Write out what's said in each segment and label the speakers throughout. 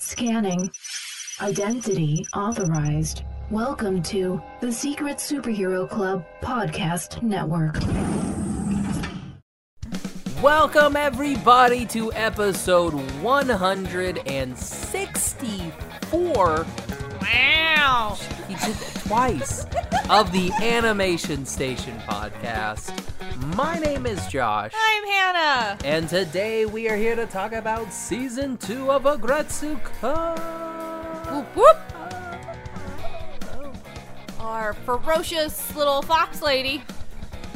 Speaker 1: Scanning. Identity authorized. Welcome to the Secret Superhero Club Podcast Network.
Speaker 2: Welcome, everybody, to episode 164. Wow! He did that twice of the Animation Station podcast. My name is Josh,
Speaker 3: I'm Hannah.
Speaker 2: and today we are here to talk about season two of Agretsu Ko.
Speaker 3: Whoop whoop. Oh. Our ferocious little fox lady.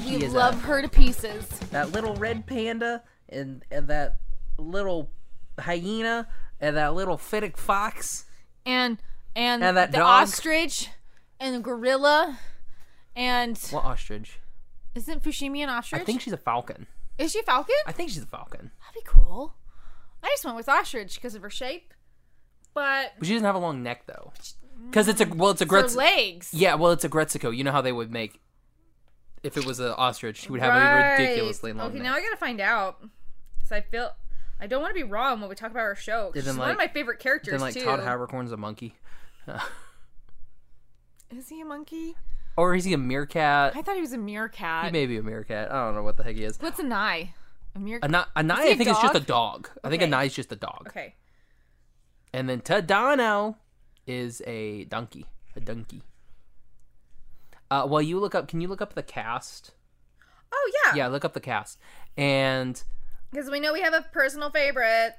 Speaker 3: We
Speaker 2: She is
Speaker 3: love
Speaker 2: a-
Speaker 3: her to pieces.
Speaker 2: That little red panda and, and that little hyena and that little fennec fox.
Speaker 3: And and,
Speaker 2: And that
Speaker 3: the
Speaker 2: dog.
Speaker 3: ostrich and the gorilla and
Speaker 2: What ostrich?
Speaker 3: isn't Fushimi an ostrich?
Speaker 2: I think she's a falcon.
Speaker 3: Is she a falcon?
Speaker 2: I think she's a falcon.
Speaker 3: That'd be cool. I just went with ostrich because of her shape. But
Speaker 2: But she doesn't have a long neck though. Because it's a
Speaker 3: Mm.
Speaker 2: well, it's a
Speaker 3: her
Speaker 2: Gretz.
Speaker 3: legs.
Speaker 2: Yeah, well, it's a Gretzico. You know how they would make if it was an ostrich, she would have
Speaker 3: Right.
Speaker 2: a ridiculously long
Speaker 3: Okay,
Speaker 2: neck.
Speaker 3: now I gotta find out. Cause I feel I don't want to be wrong when we talk about her show. 'cause
Speaker 2: And then,
Speaker 3: she's one of my
Speaker 2: like-
Speaker 3: favorite characters
Speaker 2: then like
Speaker 3: too.
Speaker 2: Todd Havercorn's a monkey,
Speaker 3: Is he a monkey?
Speaker 2: or is he a meerkat?
Speaker 3: I thought he was a meerkat.
Speaker 2: He may be a meerkat. I don't know what the heck he is.
Speaker 3: What's an eye? A meerkat.
Speaker 2: Anai, Anai
Speaker 3: he
Speaker 2: I
Speaker 3: a
Speaker 2: think it's just a
Speaker 3: dog?
Speaker 2: dog. I think
Speaker 3: Okay.
Speaker 2: Anai's just a dog.
Speaker 3: okay.
Speaker 2: And then Tadano is a donkey, a donkey. Uh, well, you look up. Can you look up the cast?
Speaker 3: Oh yeah.
Speaker 2: Yeah, look up the cast. And
Speaker 3: Because we know we have a personal favorite,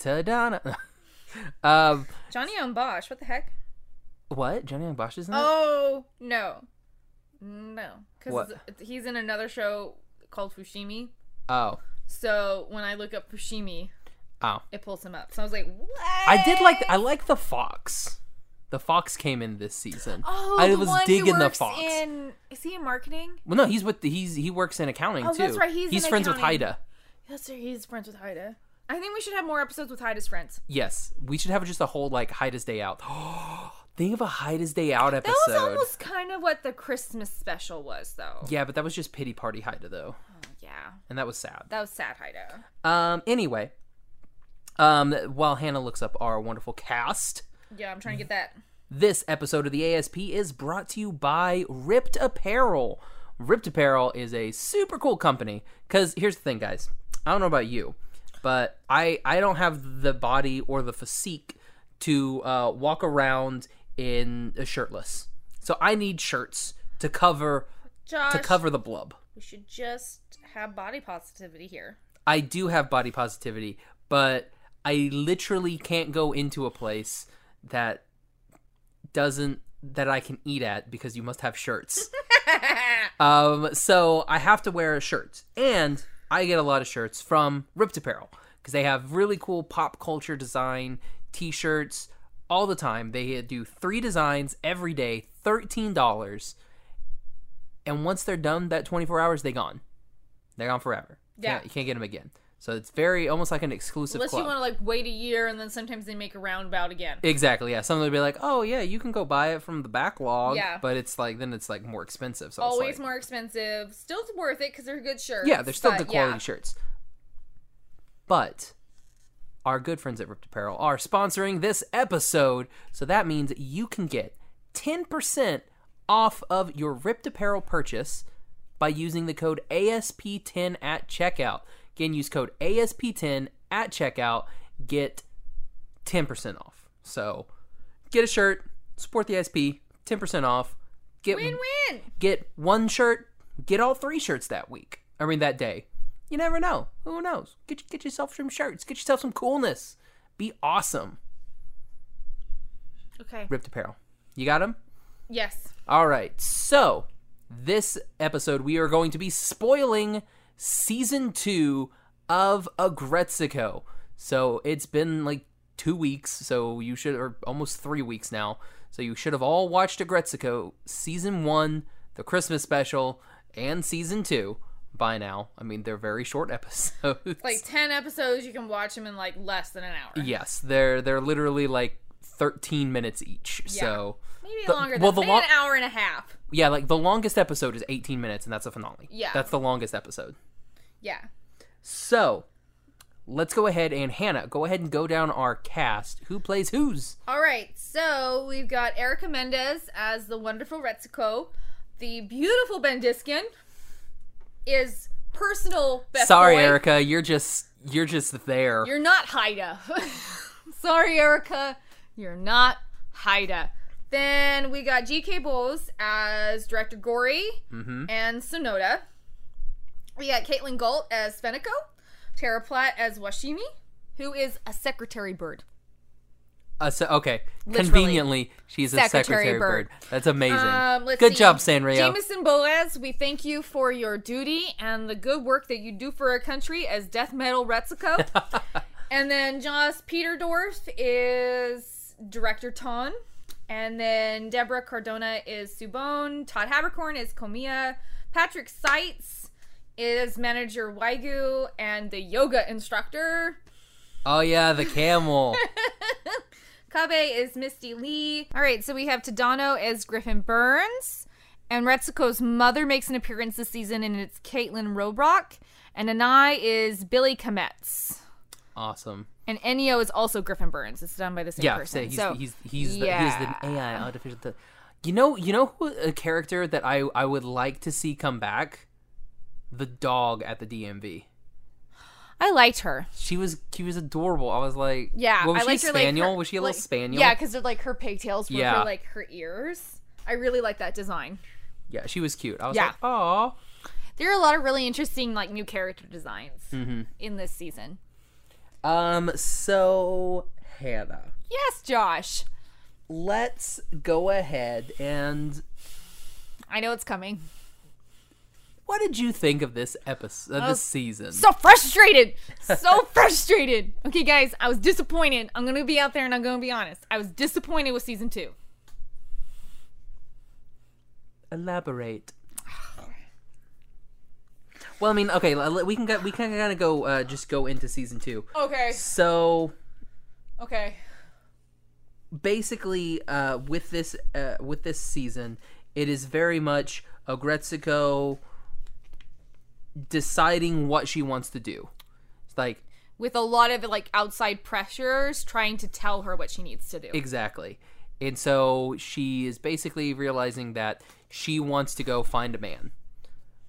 Speaker 2: Tadano. um,
Speaker 3: Johnny on Bosch. What the heck?
Speaker 2: what? Johnny Young Bosch is in it?
Speaker 3: Oh no, no. Because
Speaker 2: What?
Speaker 3: he's in another show called Fushimi.
Speaker 2: Oh.
Speaker 3: So when I look up Fushimi,
Speaker 2: Oh.
Speaker 3: it pulls him up. So I was like, what?
Speaker 2: I did like I like the fox. The fox came in this season.
Speaker 3: Oh,
Speaker 2: I
Speaker 3: the
Speaker 2: was
Speaker 3: one who
Speaker 2: digging the
Speaker 3: works
Speaker 2: fox.
Speaker 3: In, is he in marketing?
Speaker 2: Well, no, he's with the, he's he works in accounting
Speaker 3: Oh,
Speaker 2: too.
Speaker 3: that's right, he's
Speaker 2: he's
Speaker 3: in
Speaker 2: friends
Speaker 3: accounting.
Speaker 2: with Haida.
Speaker 3: That's right. He's friends with Haida. I think we should have more episodes with Haida's friends.
Speaker 2: Yes, we should have just a whole like Haida's day out. Think of a Haida's day out
Speaker 3: That
Speaker 2: episode.
Speaker 3: was almost kind of what the Christmas special was, though.
Speaker 2: Yeah, but that was just pity party Haida though,
Speaker 3: Yeah.
Speaker 2: and that was sad.
Speaker 3: That was sad, Haida.
Speaker 2: Um. Anyway, um. While Hannah looks up our wonderful cast,
Speaker 3: Yeah, I'm trying to get that.
Speaker 2: This episode of the ASP is brought to you by Ripped Apparel. Ripped Apparel is a super cool company cuz here's the thing guys. I don't know about you, but I I don't have the body or the physique to uh, walk around in a shirtless. So I need shirts to cover
Speaker 3: Josh,
Speaker 2: to cover the blub.
Speaker 3: we should just have body positivity here.
Speaker 2: I do have body positivity, but I literally can't go into a place that doesn't that I can eat at because you must have shirts. um, so I have to wear a shirt, and I get a lot of shirts from Ripped Apparel because they have really cool pop culture design T-shirts all the time. They do three designs every day, thirteen dollars, and once they're done, that twenty-four hours they gone. They're gone forever.
Speaker 3: Yeah.
Speaker 2: Can't- you can't get them again. So it's very almost like an exclusive
Speaker 3: Unless
Speaker 2: club.
Speaker 3: you want to like wait a year and then sometimes they make a roundabout again.
Speaker 2: Exactly. Yeah. Some would be like, "Oh yeah, you can go buy it from the backlog."
Speaker 3: Yeah.
Speaker 2: But it's like then it's like more expensive. So it's
Speaker 3: Always
Speaker 2: like-
Speaker 3: more expensive. Still worth it because they're good shirts.
Speaker 2: Yeah, they're still
Speaker 3: but
Speaker 2: good quality
Speaker 3: yeah.
Speaker 2: shirts. But our good friends at Ripped Apparel are sponsoring this episode, so that means you can get ten percent off of your Ripped Apparel purchase by using the code ASP10 at checkout. Again, use code ASP10 at checkout. Get 10% off. So get a shirt, support the SP, 10% off. Get
Speaker 3: Win-win.
Speaker 2: get one shirt, get all three shirts that week. I mean that day. You never know. Who knows? Get get yourself some shirts. Get yourself some coolness. Be awesome.
Speaker 3: Okay.
Speaker 2: Ripped apparel. You got them?
Speaker 3: Yes.
Speaker 2: All right. So, this episode we are going to be spoiling season 2 of Agretzico. So, it's been like 2 weeks, so you should or almost 3 weeks now. So, you should have all watched Agretzico season 1, the Christmas special, and season 2 by now. I mean, they're very short episodes.
Speaker 3: Like 10 episodes, you can watch them in like less than an hour.
Speaker 2: yes, they're they're literally like 13 minutes each. So,
Speaker 3: Maybe
Speaker 2: The-
Speaker 3: longer than
Speaker 2: well, the
Speaker 3: maybe
Speaker 2: lo-
Speaker 3: an hour and a half.
Speaker 2: Yeah, like the longest episode is 18 minutes, and that's a finale.
Speaker 3: Yeah.
Speaker 2: That's the longest episode.
Speaker 3: Yeah.
Speaker 2: So, let's go ahead and Hannah, go ahead and go down our cast. Who plays who's?
Speaker 3: All right, so we've got Erica Mendez as the wonderful Retsuko. The beautiful Ben Diskin is personal best
Speaker 2: Sorry,
Speaker 3: boy.
Speaker 2: Erica, you're just you're just there.
Speaker 3: You're not Haida. Sorry, Erica. You're not Haida. Then we got GK Bowles as Director Gory
Speaker 2: mm-hmm.
Speaker 3: and Sonoda. We got Caitlin Galt as Fenico, Tara Platt as Washimi, who is a secretary bird.
Speaker 2: Uh, so, okay.
Speaker 3: Literally.
Speaker 2: Conveniently, she's a
Speaker 3: Secretary
Speaker 2: secretary bird.
Speaker 3: bird.
Speaker 2: That's amazing.
Speaker 3: Um, let's
Speaker 2: Good
Speaker 3: see.
Speaker 2: job, Sanrio.
Speaker 3: Jameson Boaz, we thank you for your duty and the good work that you do for our country as Death Metal Retsuko. and then Joss Peterdorf is Director Ton. And then Deborah Cardona is Subone. Todd Habercorn is Komiya. Patrick Seitz is Manager Waigu and the yoga instructor.
Speaker 2: oh yeah, the camel.
Speaker 3: Kabe is Misty Lee. All right, so we have Tadano as Griffin Burns. And Retsuko's mother makes an appearance this season, and it's Caitlin Robrock. And Anai is Billy Kometz.
Speaker 2: awesome.
Speaker 3: And Ennio is also Griffin Burns. It's done by the same
Speaker 2: Yeah, so
Speaker 3: person.
Speaker 2: he's
Speaker 3: so
Speaker 2: he's he's, the, he's
Speaker 3: yeah.
Speaker 2: the AI artificial. inte- you know, you know who a character that I I would like to see come back, the dog at the DMV.
Speaker 3: I liked her.
Speaker 2: She was she was adorable. I was like,
Speaker 3: Yeah,
Speaker 2: what, was
Speaker 3: I
Speaker 2: she
Speaker 3: liked her, like,
Speaker 2: spaniel?
Speaker 3: her-
Speaker 2: was she a little
Speaker 3: like-
Speaker 2: spaniel?
Speaker 3: Yeah, because like her pigtails were
Speaker 2: Yeah.
Speaker 3: for like her ears. I really like that design.
Speaker 2: yeah, she was cute. I was
Speaker 3: Yeah.
Speaker 2: like, oh,
Speaker 3: There are a lot of really interesting like new character designs
Speaker 2: Mm-hmm.
Speaker 3: in this season.
Speaker 2: um. So Hannah,
Speaker 3: Yes, Josh.
Speaker 2: let's go ahead and
Speaker 3: I know it's coming.
Speaker 2: What did you think of this episode,
Speaker 3: Oh,
Speaker 2: uh, this season?
Speaker 3: so frustrated so frustrated okay guys i was disappointed i'm gonna be out there and i'm gonna be honest i was disappointed with season two
Speaker 2: Elaborate. Well, I mean, okay, l- l- we can go, we can kind of go uh, just go into season two.
Speaker 3: okay
Speaker 2: So
Speaker 3: okay
Speaker 2: basically, uh, with this uh, with this season, it is very much Ogretsuko deciding what she wants to do. It's like
Speaker 3: with a lot of like outside pressures trying to tell her what she needs to do
Speaker 2: Exactly. And so she is basically realizing that she wants to go find a man,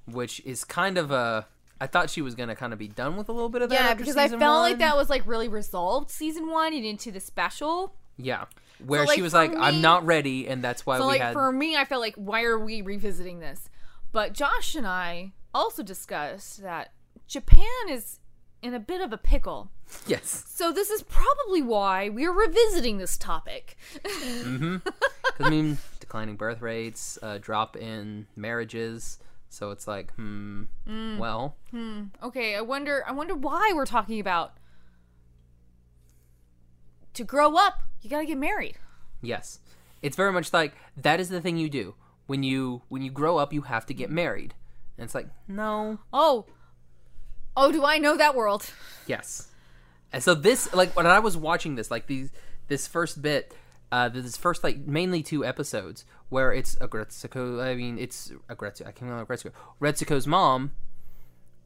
Speaker 2: which is kind of a. I thought she was going to kind of be done with a little bit of that.
Speaker 3: yeah
Speaker 2: after
Speaker 3: because i
Speaker 2: season
Speaker 3: felt
Speaker 2: one.
Speaker 3: like that was like really resolved season one and into the special
Speaker 2: Yeah. Where
Speaker 3: like,
Speaker 2: she was
Speaker 3: for
Speaker 2: like, I'm
Speaker 3: me-
Speaker 2: not ready, and that's why
Speaker 3: so
Speaker 2: we
Speaker 3: like
Speaker 2: had.
Speaker 3: for me i felt like why are we revisiting this but josh and i also discussed that japan is in a bit of a pickle
Speaker 2: Yes.
Speaker 3: So this is probably why we're revisiting this topic.
Speaker 2: 'Cause, I mean, declining birth rates, uh, drop in marriages. So it's like, hmm.
Speaker 3: Mm.
Speaker 2: Well,
Speaker 3: Okay, I wonder I wonder why we're talking about to grow up, you got to get married.
Speaker 2: yes. It's very much like that is the thing you do. When you when you grow up, you have to get married. And it's like, no.
Speaker 3: Oh. Oh, do I know that world?
Speaker 2: Yes. And so this, like, when I was watching this, like these, this first bit, uh, this first like mainly two episodes where it's Agretsuko. I mean, it's Agretsuko. I can't remember Agretsuko. Retsuko's mom.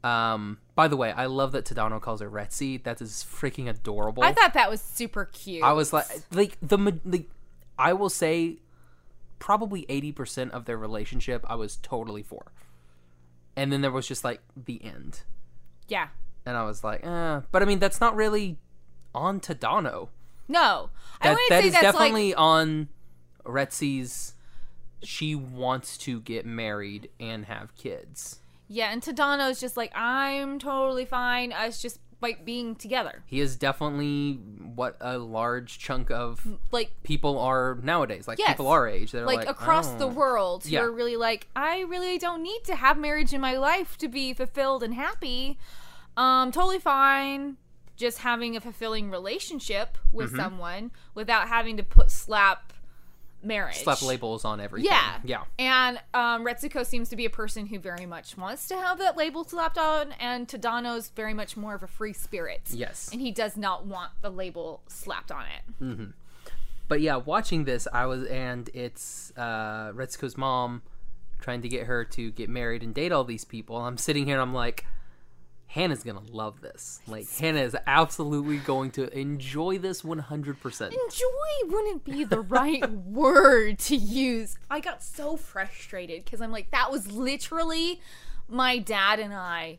Speaker 2: Um. By the way, I love that Tadano calls her Retsy. That is freaking adorable.
Speaker 3: I thought that was super cute.
Speaker 2: I was like, like the ma- like, I will say, probably eighty percent of their relationship, I was totally for. And then there was just like the end
Speaker 3: yeah.
Speaker 2: and I was like, eh. but I mean, that's not really on Tadano.
Speaker 3: No. I
Speaker 2: That
Speaker 3: wouldn't
Speaker 2: that
Speaker 3: say
Speaker 2: is
Speaker 3: that's
Speaker 2: definitely
Speaker 3: like
Speaker 2: on Retsy's. She wants to get married and have kids.
Speaker 3: Yeah, and Tadano's just like I'm totally fine us just like being together.
Speaker 2: He is definitely what a large chunk of
Speaker 3: Like
Speaker 2: people are nowadays. Like
Speaker 3: Yes.
Speaker 2: people our age, they're like,
Speaker 3: like, across the
Speaker 2: "Oh."
Speaker 3: world
Speaker 2: Yeah.
Speaker 3: who are really like i really don't need to have marriage in my life to be fulfilled and happy um totally fine just having a fulfilling relationship with
Speaker 2: Mm-hmm.
Speaker 3: someone without having to put slap marriage
Speaker 2: Slap labels on everything.
Speaker 3: yeah
Speaker 2: yeah.
Speaker 3: and um retsuko seems to be a person who very much wants to have that label slapped on and tadano's very much more of a free spirit
Speaker 2: Yes.
Speaker 3: and he does not want the label slapped on it
Speaker 2: but yeah, watching this, I was, and it's uh, Retsuko's mom trying to get her to get married and date all these people. I'm sitting here and I'm like, Hannah's gonna love this. Like Hannah is absolutely going to enjoy this 100%.
Speaker 3: Enjoy wouldn't be the right word to use. I got so frustrated because I'm like, that was literally my dad and I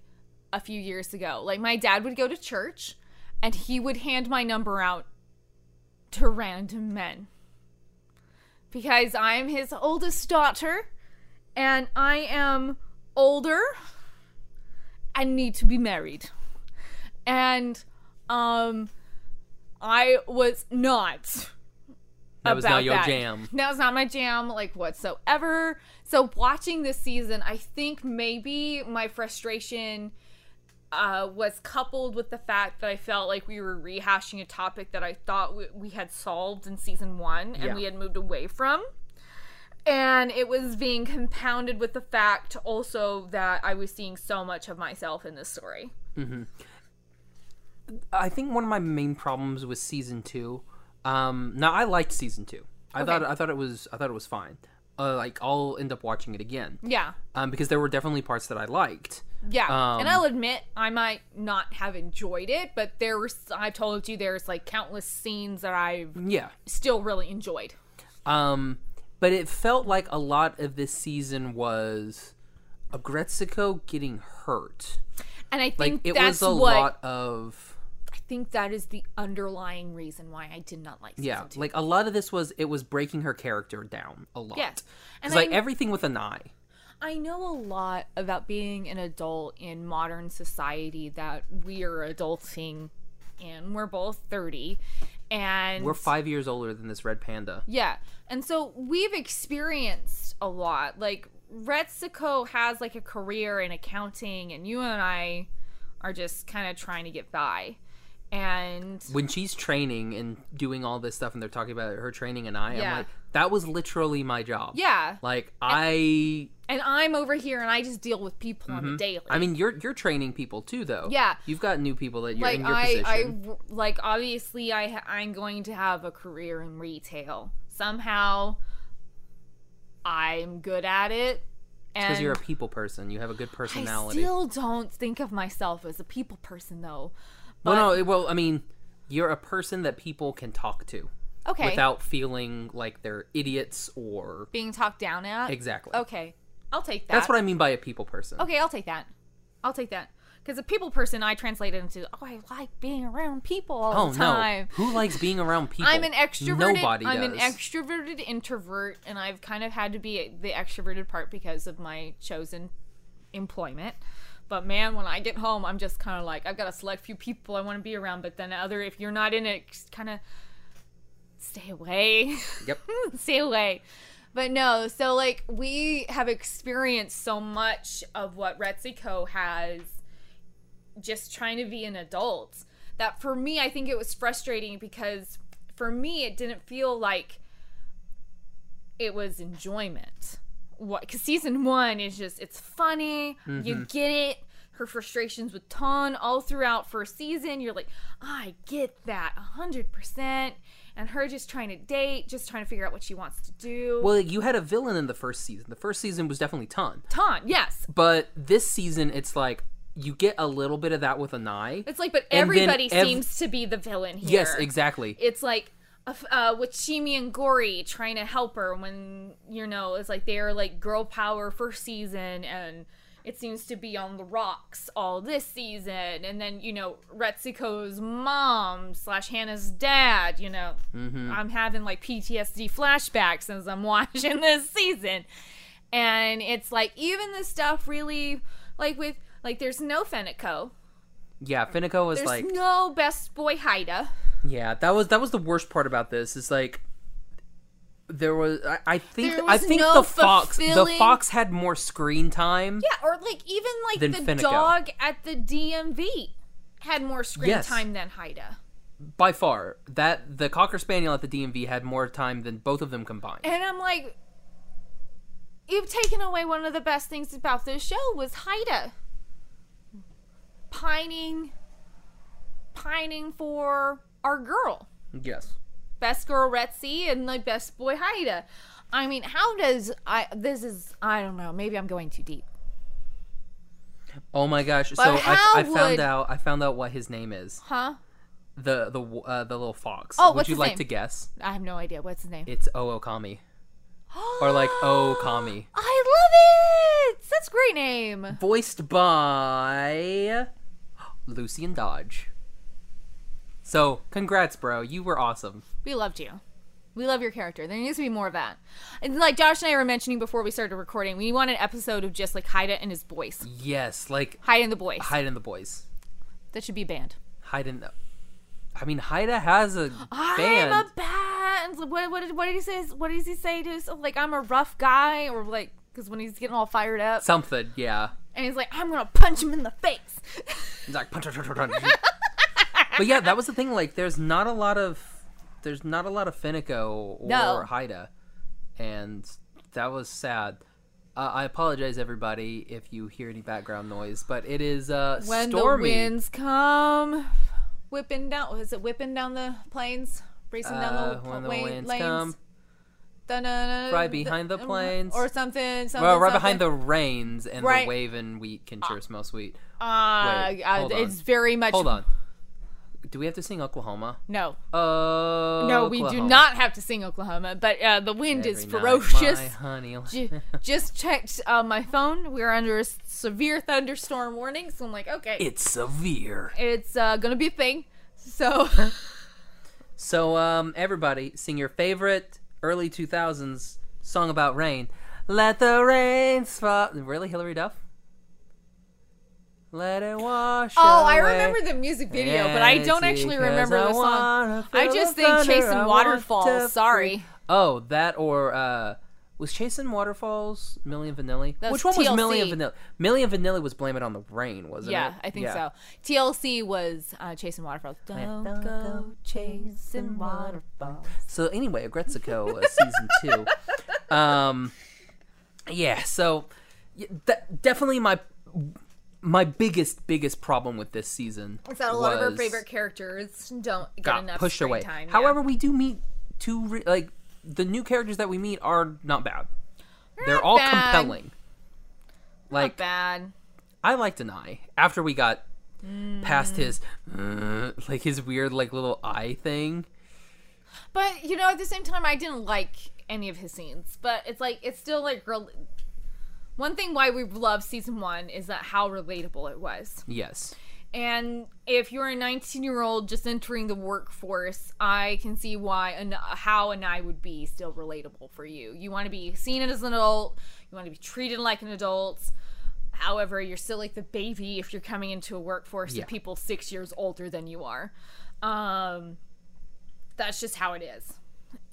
Speaker 3: a few years ago. Like, my dad would go to church and he would hand my number out to random men because I'm his oldest daughter and I am older and need to be married. And um I was not
Speaker 2: That was
Speaker 3: about
Speaker 2: not your
Speaker 3: that.
Speaker 2: jam.
Speaker 3: That was not my jam, like whatsoever. So watching this season, I think maybe my frustration uh, was coupled with the fact that I felt like we were rehashing a topic that I thought we, we had solved in season one and
Speaker 2: Yeah.
Speaker 3: we had moved away from. And it was being compounded with the fact also that I was seeing so much of myself in this story.
Speaker 2: I think one of my main problems with season two. Um, now I liked season two. I thought I thought it was I thought it was fine. Uh, like I'll end up watching it again
Speaker 3: Yeah.
Speaker 2: um, because there were definitely parts that I liked.
Speaker 3: Yeah,
Speaker 2: Um,
Speaker 3: and I'll admit I might not have enjoyed it, but there was I've told you there's like countless scenes that I
Speaker 2: Yeah.
Speaker 3: still really enjoyed.
Speaker 2: Um, but it felt like a lot of this season was Agretzico getting hurt.
Speaker 3: And I
Speaker 2: Like
Speaker 3: think
Speaker 2: it was
Speaker 3: that's
Speaker 2: a
Speaker 3: what
Speaker 2: lot of
Speaker 3: I think that is the underlying reason why I did not like season
Speaker 2: yeah,
Speaker 3: two.
Speaker 2: like a lot of this was it was breaking her character down a lot.
Speaker 3: Yes. And
Speaker 2: 'Cause, like
Speaker 3: I-
Speaker 2: everything with an eye.
Speaker 3: I know a lot about being an adult in modern society that we are adulting and we're both 30 and
Speaker 2: We're five years older than this red panda.
Speaker 3: Yeah. And so we've experienced a lot. Like Retsuko has like a career in accounting and you and I are just kind of trying to get by. And
Speaker 2: when she's training and doing all this stuff and they're talking about her training and I am
Speaker 3: Yeah.
Speaker 2: like that was literally my job.
Speaker 3: yeah.
Speaker 2: Like I
Speaker 3: And I'm over here and I just deal with people on the daily.
Speaker 2: Mm-hmm. I mean you're you're training people too though.
Speaker 3: Yeah.
Speaker 2: You've got new people that you're
Speaker 3: like
Speaker 2: in your
Speaker 3: I,
Speaker 2: position.
Speaker 3: I like obviously I ha- I'm going to have a career in retail. Somehow I'm good at it.
Speaker 2: Because
Speaker 3: And
Speaker 2: you're a people person. You have a good
Speaker 3: I
Speaker 2: personality.
Speaker 3: still don't think of myself as a people person though.
Speaker 2: well no, it- well I mean you're a person that people can talk to
Speaker 3: Okay.
Speaker 2: without feeling like they're idiots or
Speaker 3: being talked down at.
Speaker 2: Exactly.
Speaker 3: Okay, I'll take that.
Speaker 2: That's what I mean by a people person.
Speaker 3: Okay, I'll take that. I'll take that because a people person I translate it into. Oh, I like being around people all
Speaker 2: Oh
Speaker 3: the
Speaker 2: no.
Speaker 3: time.
Speaker 2: Who likes being around people?
Speaker 3: I'm an extroverted.
Speaker 2: Nobody
Speaker 3: I'm an
Speaker 2: does.
Speaker 3: extroverted introvert, and I've kind of had to be the extroverted part because of my chosen employment. But man, when I get home, I'm just kind of like I've got a select few people I want to be around, but then other if you're not in it, kind of stay away.
Speaker 2: Yep.
Speaker 3: stay away. But no, so like we have experienced so much of what Retsuko has just trying to be an adult that for me, I think it was frustrating because for me, it didn't feel like it was enjoyment. What? Because season one is just, it's funny, you get it. Her frustrations with Ton all throughout first season, you're like, I get that 100%. And her just trying to date, just trying to figure out what she wants to do.
Speaker 2: Well, you had a villain in the first season. The first season was definitely Ton.
Speaker 3: Ton, yes.
Speaker 2: But this season, it's like you get a little bit of that with an eye.
Speaker 3: It's like, but
Speaker 2: And then
Speaker 3: everybody
Speaker 2: ev-
Speaker 3: seems to be the villain here.
Speaker 2: Yes, exactly.
Speaker 3: it's like uh, f- uh, with Shimi and Gory trying to help her when you know it's like they are like girl power first season and it seems to be on the rocks all this season and then you know Retsuko's mom slash Hannah's dad you know
Speaker 2: Mm-hmm.
Speaker 3: I'm having like PTSD flashbacks as I'm watching this season and it's like even the stuff really like with like there's no Fenico
Speaker 2: yeah, Finico was
Speaker 3: there's
Speaker 2: like,
Speaker 3: no best boy Haida
Speaker 2: yeah, that was that was the worst part about this. Is like there was I, I think
Speaker 3: There
Speaker 2: I
Speaker 3: was
Speaker 2: think
Speaker 3: no
Speaker 2: the fox the
Speaker 3: fulfilling-
Speaker 2: fox had more screen time.
Speaker 3: Yeah, or like even like
Speaker 2: Than
Speaker 3: the
Speaker 2: Finnegan.
Speaker 3: dog at the DMV had more screen
Speaker 2: Yes.
Speaker 3: time than Haida.
Speaker 2: By far, that the cocker spaniel at the DMV had more time than both of them combined.
Speaker 3: And I'm like, you've taken away one of the best things about this show was Haida. Pining, pining for our girl.
Speaker 2: yes,
Speaker 3: best girl Retsy and like best boy Haida. I mean, how does I? This is I don't know. Maybe I'm going too deep.
Speaker 2: Oh my gosh!
Speaker 3: But
Speaker 2: so I,
Speaker 3: how
Speaker 2: I found
Speaker 3: would-
Speaker 2: out I found out what his name is.
Speaker 3: Huh?
Speaker 2: The the w- uh, the little fox.
Speaker 3: Oh,
Speaker 2: Would
Speaker 3: what's
Speaker 2: you
Speaker 3: his
Speaker 2: like
Speaker 3: name?
Speaker 2: to guess?
Speaker 3: I have no idea. What's his name?
Speaker 2: It's Oo Kami or like O Kami,
Speaker 3: I love it! That's a great name.
Speaker 2: voiced by Lucian Dodge. So congrats, bro! You were awesome.
Speaker 3: We loved you. We love your character. There needs to be more of that. And like Josh and I were mentioning before we started recording, we want an episode of just like Haida and his voice.
Speaker 2: Yes, like
Speaker 3: Haida and the boys.
Speaker 2: hide in the boys.
Speaker 3: That should be banned.
Speaker 2: Hide in the. I mean, Haida has a band.
Speaker 3: I'm a band. What, what, did, what did he say? What does he say to his, like, I'm a rough guy? Or like, because when he's getting all fired up
Speaker 2: Something, yeah.
Speaker 3: and he's like, I'm going to punch him in the face.
Speaker 2: It's like punch, punch, punch, punch. but yeah, that was the thing. Like, there's not a lot of, there's not a lot of Finico or
Speaker 3: No.
Speaker 2: Haida, and that was sad. Uh, I apologize, everybody, if you hear any background noise, but it is uh,
Speaker 3: when
Speaker 2: stormy.
Speaker 3: the winds come whipping down is it whipping down the plains racing down
Speaker 2: Uh,
Speaker 3: the,
Speaker 2: when the
Speaker 3: way,
Speaker 2: winds
Speaker 3: lanes
Speaker 2: come,
Speaker 3: Dun-dun-dun-dun,
Speaker 2: Right behind the
Speaker 3: dun-
Speaker 2: plains.
Speaker 3: or something, something
Speaker 2: well, right behind the rains and
Speaker 3: Right. Ah.
Speaker 2: the wave and wheat can cheer smell sweet.
Speaker 3: uh,
Speaker 2: Wait,
Speaker 3: uh,
Speaker 2: hold on.
Speaker 3: it's very much
Speaker 2: Hold on, do we have to sing Oklahoma?
Speaker 3: no
Speaker 2: Oh,
Speaker 3: no we do not have to sing oklahoma but uh, the wind is ferocious Ju- just checked uh, my phone we're under a s- severe thunderstorm warning so i'm like okay
Speaker 2: it's severe.
Speaker 3: it's uh, gonna be a thing so
Speaker 2: So, um, everybody, sing your favorite early 2000s song about rain. Let the rain fall. Really, Hillary Duff? Let it wash.
Speaker 3: Oh, I
Speaker 2: away.
Speaker 3: remember the music video, but I don't
Speaker 2: It's
Speaker 3: actually
Speaker 2: because
Speaker 3: remember
Speaker 2: I
Speaker 3: the
Speaker 2: wanna
Speaker 3: song. I
Speaker 2: feel
Speaker 3: just
Speaker 2: the
Speaker 3: think
Speaker 2: thunder, I
Speaker 3: Chasing
Speaker 2: want to
Speaker 3: Waterfalls. Sorry.
Speaker 2: Oh, that or uh, was Chasing Waterfalls Millie and Vanilli?
Speaker 3: That's
Speaker 2: Which one was Millie and
Speaker 3: TLC.
Speaker 2: Vanilli? Millie and Vanilli was Blame It on the Rain, wasn't it?
Speaker 3: Yeah, I think so. TLC was uh, Chasing Waterfalls. Don't
Speaker 2: Don't
Speaker 3: go
Speaker 2: go
Speaker 3: chasing waterfalls.
Speaker 2: So anyway, Agretzico uh, season two. Um, yeah, so y- that, definitely my my biggest biggest problem with this season.
Speaker 3: It's that a lot of our
Speaker 2: was
Speaker 3: favorite characters don't get
Speaker 2: got
Speaker 3: enough
Speaker 2: pushed
Speaker 3: screen
Speaker 2: away.
Speaker 3: time. yeah.
Speaker 2: However, we do meet two re- like the new characters that we meet are not bad. They're,
Speaker 3: not
Speaker 2: all
Speaker 3: bad.
Speaker 2: compelling.
Speaker 3: Not
Speaker 2: Like
Speaker 3: bad.
Speaker 2: I like Denai after we got past his uh,
Speaker 3: Mm.
Speaker 2: like his weird like little eye thing.
Speaker 3: But you know, at the same time, I didn't like any of his scenes. But it's like it's still like rel- one thing why we love season one is that how relatable it was.
Speaker 2: Yes.
Speaker 3: And if you're a 19 year old just entering the workforce, I can see why and how and I would be still relatable for you. You want to be seen as an adult, you want to be treated like an adult. However, you're still like the baby if you're coming into a workforce
Speaker 2: Yeah.
Speaker 3: of people six years older than you are. Um, that's just how it is.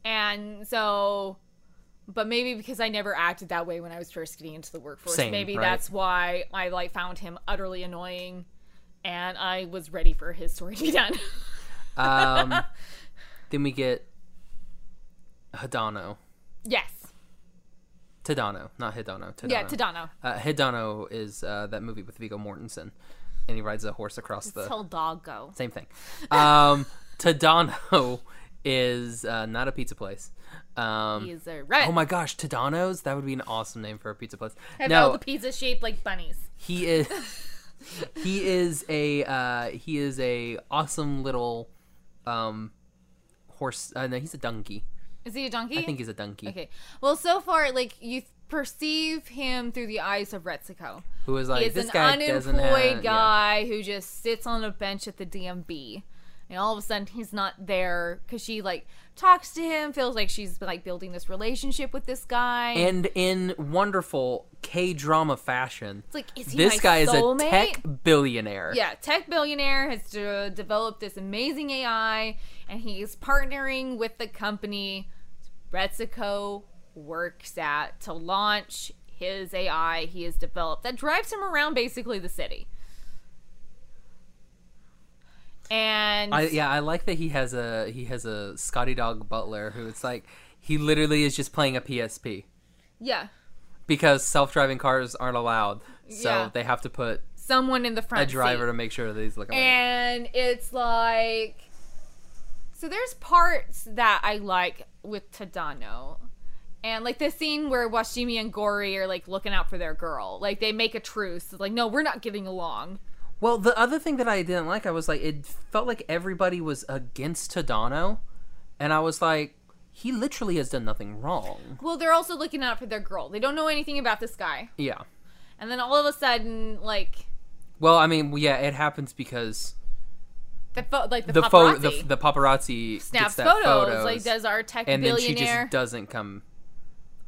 Speaker 3: And so, but maybe because I never acted that way when I was first getting into the workforce,
Speaker 2: Same,
Speaker 3: maybe
Speaker 2: right.
Speaker 3: that's why I like found him utterly annoying and I was ready for his story to be done.
Speaker 2: Um, then we get Hidano.
Speaker 3: yes.
Speaker 2: Tadano, not Hidano. Tadano.
Speaker 3: Yeah, Tadano.
Speaker 2: Uh, Hidano is uh, that movie with Vigo Mortensen, and he rides a horse across the
Speaker 3: Tell dog go.
Speaker 2: same thing. Um, Tadano is uh, not a pizza place. Um,
Speaker 3: He's a red.
Speaker 2: oh my gosh, Tadano's? That would be an awesome name for a pizza place.
Speaker 3: Have all
Speaker 2: no,
Speaker 3: the pizza shaped like bunnies.
Speaker 2: he is. He is a uh, he is a awesome little um, horse. Uh, no, he's a donkey.
Speaker 3: Is he a donkey?
Speaker 2: I think he's a donkey.
Speaker 3: Okay. Well, so far, like you th- perceive him through the eyes of Retsuko.
Speaker 2: who was
Speaker 3: He
Speaker 2: like
Speaker 3: is
Speaker 2: this
Speaker 3: an
Speaker 2: guy doesn't
Speaker 3: unemployed
Speaker 2: have yeah.
Speaker 3: guy who just sits on a bench at the DMB, and all of a sudden he's not there because she like talks to him, feels like she's like building this relationship with this guy.
Speaker 2: and in wonderful K drama fashion,
Speaker 3: it's like, is he
Speaker 2: this
Speaker 3: my
Speaker 2: guy is
Speaker 3: soulmate?
Speaker 2: a tech billionaire.
Speaker 3: Yeah, tech billionaire has de- developed this amazing AI, and he's partnering with the company Retsuko works at to launch his AI he has developed that drives him around basically the city. And
Speaker 2: I, yeah, I like that he has a he has a Scotty Dog butler who it's like he literally is just playing a PSP
Speaker 3: yeah,
Speaker 2: because self driving cars aren't allowed, so
Speaker 3: Yeah.
Speaker 2: they have to put
Speaker 3: someone in the front
Speaker 2: a driver
Speaker 3: seat.
Speaker 2: to make sure that he's looking. like,
Speaker 3: and it's like so there's parts that i like with tadano And like this scene where Washimi and Gory are like looking out for their girl. Like they make a truce. It's like, no, we're not getting along.
Speaker 2: Well, the other thing that I didn't like, I was like, it felt like everybody was against Tadano, and I was like, he literally has done nothing wrong.
Speaker 3: Well, they're also looking out for their girl. They don't know anything about this guy.
Speaker 2: Yeah.
Speaker 3: And then all of a sudden, like
Speaker 2: Well, I mean, yeah, it happens because
Speaker 3: the fo- like the,
Speaker 2: the photo,
Speaker 3: paparazzi
Speaker 2: the, the paparazzi gets
Speaker 3: snaps
Speaker 2: that
Speaker 3: photos. Like does our tech
Speaker 2: and then she
Speaker 3: billionaire?
Speaker 2: just doesn't come.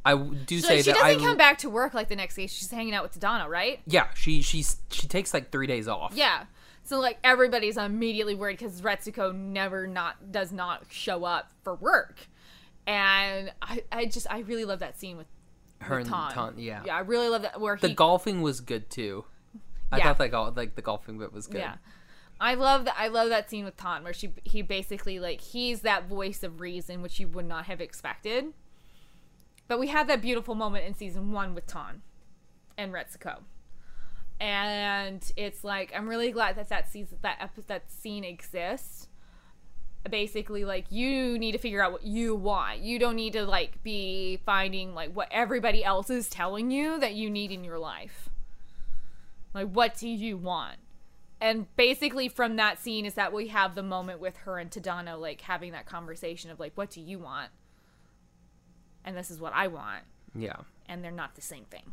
Speaker 2: I w- do
Speaker 3: so
Speaker 2: say
Speaker 3: she
Speaker 2: that I
Speaker 3: doesn't come back to work like the next day. She's hanging out with Tadano, right?
Speaker 2: Yeah, she she's she takes like three days off.
Speaker 3: Yeah. So like everybody's immediately worried because Retsuko never not does not show up for work, and I, I just I really love that scene with
Speaker 2: her
Speaker 3: with
Speaker 2: and Tan.
Speaker 3: Tan.
Speaker 2: Yeah,
Speaker 3: yeah, I really love that where
Speaker 2: the
Speaker 3: he
Speaker 2: golfing was good too. I
Speaker 3: Yeah.
Speaker 2: thought that gol- like the golfing bit was good.
Speaker 3: yeah. I love that. I love that scene with Tan where she he basically like he's that voice of reason which you would not have expected. But we had that beautiful moment in season one with Tan and Retsuko, and it's like I'm really glad that that season that epi- that scene exists. Basically, like you need to figure out what you want. You don't need to like be finding like what everybody else is telling you that you need in your life. Like, what do you want? and basically from that scene is that we have the moment with her and Tadano like having that conversation of like what do you want and this is what I want
Speaker 2: yeah,
Speaker 3: and they're not the same thing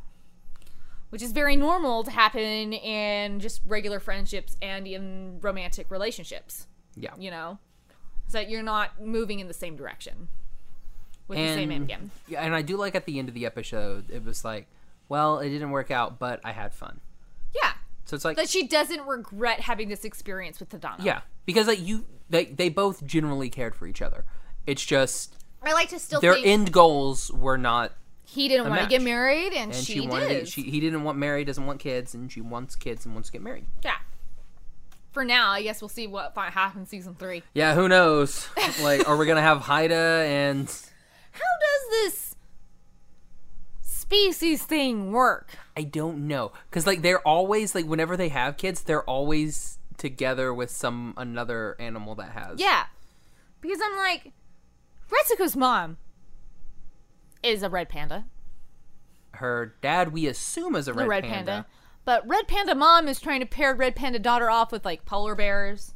Speaker 3: which is very normal to happen in just regular friendships and in romantic relationships
Speaker 2: yeah.
Speaker 3: you know so that you're not moving in the same direction with the same end game
Speaker 2: yeah, and I do like at the end of the episode, it was like, well, it didn't work out, but I had fun.
Speaker 3: yeah
Speaker 2: So it's like,
Speaker 3: that she doesn't regret having this experience with Tadano
Speaker 2: yeah, because like you, they they both generally cared for each other. It's just
Speaker 3: I like to still
Speaker 2: their
Speaker 3: think
Speaker 2: end goals were not,
Speaker 3: he didn't want to
Speaker 2: match.
Speaker 3: get married and,
Speaker 2: and she,
Speaker 3: she,
Speaker 2: wanted
Speaker 3: did
Speaker 2: it. She he didn't want married, doesn't want kids, and she wants kids and wants to get married.
Speaker 3: Yeah. For now, I guess we'll see what fi- happens season three.
Speaker 2: Yeah, who knows? like, are we gonna have Haida and?
Speaker 3: How does this species thing work?
Speaker 2: I don't know, cause like they're always like whenever they have kids, they're always together with some another animal that has.
Speaker 3: Yeah. Because I'm like, Retsuko's mom is a red panda.
Speaker 2: Her dad, we assume, is a red,
Speaker 3: a red panda.
Speaker 2: panda.
Speaker 3: But red panda mom is trying to pair red panda daughter off with like polar bears,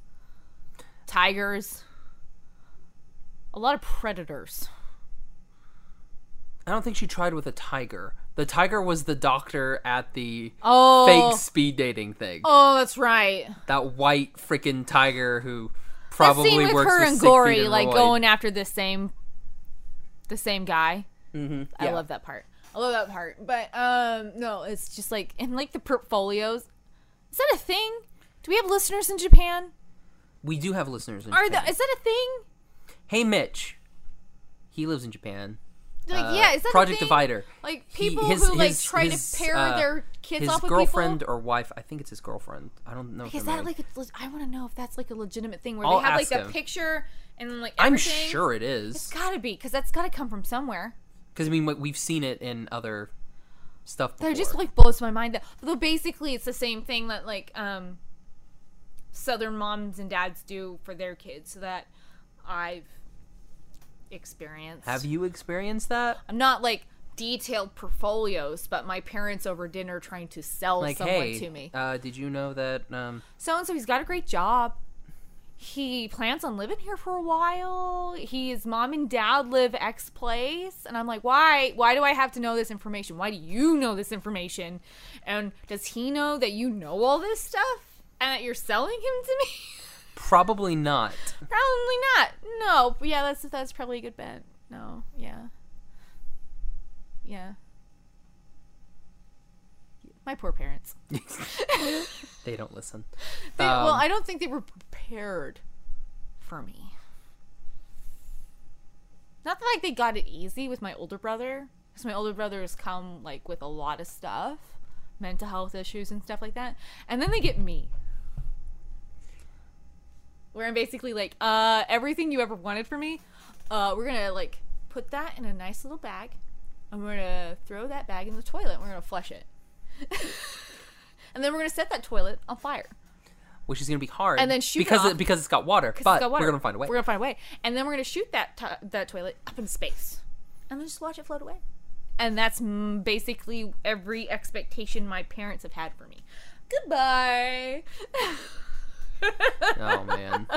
Speaker 3: tigers, a lot of predators.
Speaker 2: I don't think she tried with a tiger. The tiger was the doctor at the
Speaker 3: Oh.
Speaker 2: fake speed dating thing.
Speaker 3: Oh, that's right.
Speaker 2: That white freaking tiger who
Speaker 3: That
Speaker 2: probably
Speaker 3: scene with
Speaker 2: works
Speaker 3: her
Speaker 2: with
Speaker 3: and
Speaker 2: Siegfried and
Speaker 3: Gory, like
Speaker 2: Roy.
Speaker 3: going after the same, the same guy.
Speaker 2: Mhm,
Speaker 3: I
Speaker 2: yeah.
Speaker 3: love that part. I love that part. But um, no, it's just like and like the portfolios. Is that a thing? Do we have listeners in Japan?
Speaker 2: We do have listeners in
Speaker 3: Are
Speaker 2: Japan.
Speaker 3: the is that a thing?
Speaker 2: hey, Mitch. He lives in Japan.
Speaker 3: Like
Speaker 2: Uh,
Speaker 3: yeah, is that a
Speaker 2: Project
Speaker 3: thing?
Speaker 2: Divider?
Speaker 3: Like
Speaker 2: He-
Speaker 3: people
Speaker 2: his-
Speaker 3: who like
Speaker 2: his-
Speaker 3: try
Speaker 2: his,
Speaker 3: to pair
Speaker 2: uh,
Speaker 3: their kids
Speaker 2: his
Speaker 3: off with
Speaker 2: girlfriend
Speaker 3: people.
Speaker 2: or wife. I think it's his girlfriend. I don't know. If
Speaker 3: Is
Speaker 2: they're
Speaker 3: that
Speaker 2: married.
Speaker 3: like a, I want to know if that's like a legitimate thing where
Speaker 2: I'll
Speaker 3: they have like
Speaker 2: ask
Speaker 3: the
Speaker 2: him.
Speaker 3: picture and then like
Speaker 2: I'm
Speaker 3: everything.
Speaker 2: sure it
Speaker 3: It's
Speaker 2: is
Speaker 3: gotta be because that's gotta come from somewhere.
Speaker 2: because I mean like, we've seen it in other stuff. Before.
Speaker 3: That just like blows my mind. That though basically it's the same thing that like um southern moms and dads do for their kids that I've experienced.
Speaker 2: have you experienced that?
Speaker 3: I'm not like detailed portfolios, but my parents over dinner trying to sell
Speaker 2: Like,
Speaker 3: someone
Speaker 2: hey,
Speaker 3: to me.
Speaker 2: Uh, did you know that? Um,
Speaker 3: So and so he's got a great job. He plans on living here for a while. He his mom and dad live X place. And I'm like, why? Why do I have to know this information? Why do you know this information? And does he know that you know all this stuff? And that you're selling him to me?
Speaker 2: probably not.
Speaker 3: Probably not. No. But yeah, that's that's probably a good bet. No. Yeah. Yeah. My poor parents.
Speaker 2: they don't listen.
Speaker 3: They, well,
Speaker 2: Um,
Speaker 3: I don't think they were prepared for me. Not that like they got it easy with my older brother, because my older brother has come like with a lot of stuff, mental health issues and stuff like that, and then they get me, where I'm basically like, uh, everything you ever wanted from me, uh, we're gonna like put that in a nice little bag, and we're gonna throw that bag in the toilet, and we're gonna flush it, and then we're gonna set that toilet on fire.
Speaker 2: Which is going to be hard.
Speaker 3: And then shoot it
Speaker 2: because
Speaker 3: off.
Speaker 2: because it's got water.
Speaker 3: because
Speaker 2: But
Speaker 3: it's got water.
Speaker 2: we're going to find a way.
Speaker 3: We're gonna find a way, and then we're gonna shoot that to that toilet up in space, and then just watch it float away. And that's mm, basically every expectation my parents have had for me. Goodbye.
Speaker 2: Oh man.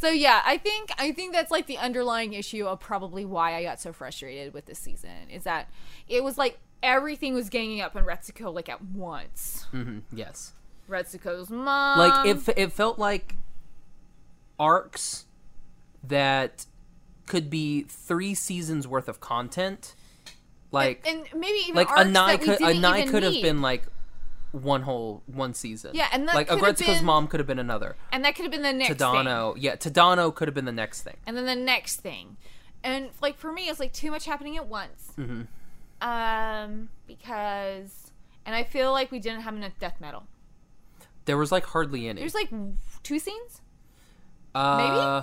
Speaker 3: So yeah, I think I think that's like the underlying issue of probably why I got so frustrated with this season is that it was like everything was ganging up on Retsuko like at once.
Speaker 2: Mhm, yes.
Speaker 3: Retsuko's mom,
Speaker 2: Like it it it felt like arcs that could be 3 seasons worth of content. Like
Speaker 3: and maybe even
Speaker 2: like
Speaker 3: arcs
Speaker 2: a nine
Speaker 3: that we
Speaker 2: could a
Speaker 3: didn't
Speaker 2: nine
Speaker 3: even
Speaker 2: could have
Speaker 3: need.
Speaker 2: been like one whole one season.
Speaker 3: Yeah, and that
Speaker 2: like
Speaker 3: could have
Speaker 2: Agretsuko's
Speaker 3: been-
Speaker 2: mom could have been another.
Speaker 3: and that could have been the next thing,
Speaker 2: Tadano, yeah, Tadano could have been the next thing.
Speaker 3: and then the next thing, and like for me, it's like too much happening at once.
Speaker 2: Mm-hmm.
Speaker 3: Um, because and I feel like we didn't have enough death metal.
Speaker 2: There was like hardly any.
Speaker 3: There's like two scenes.
Speaker 2: uh,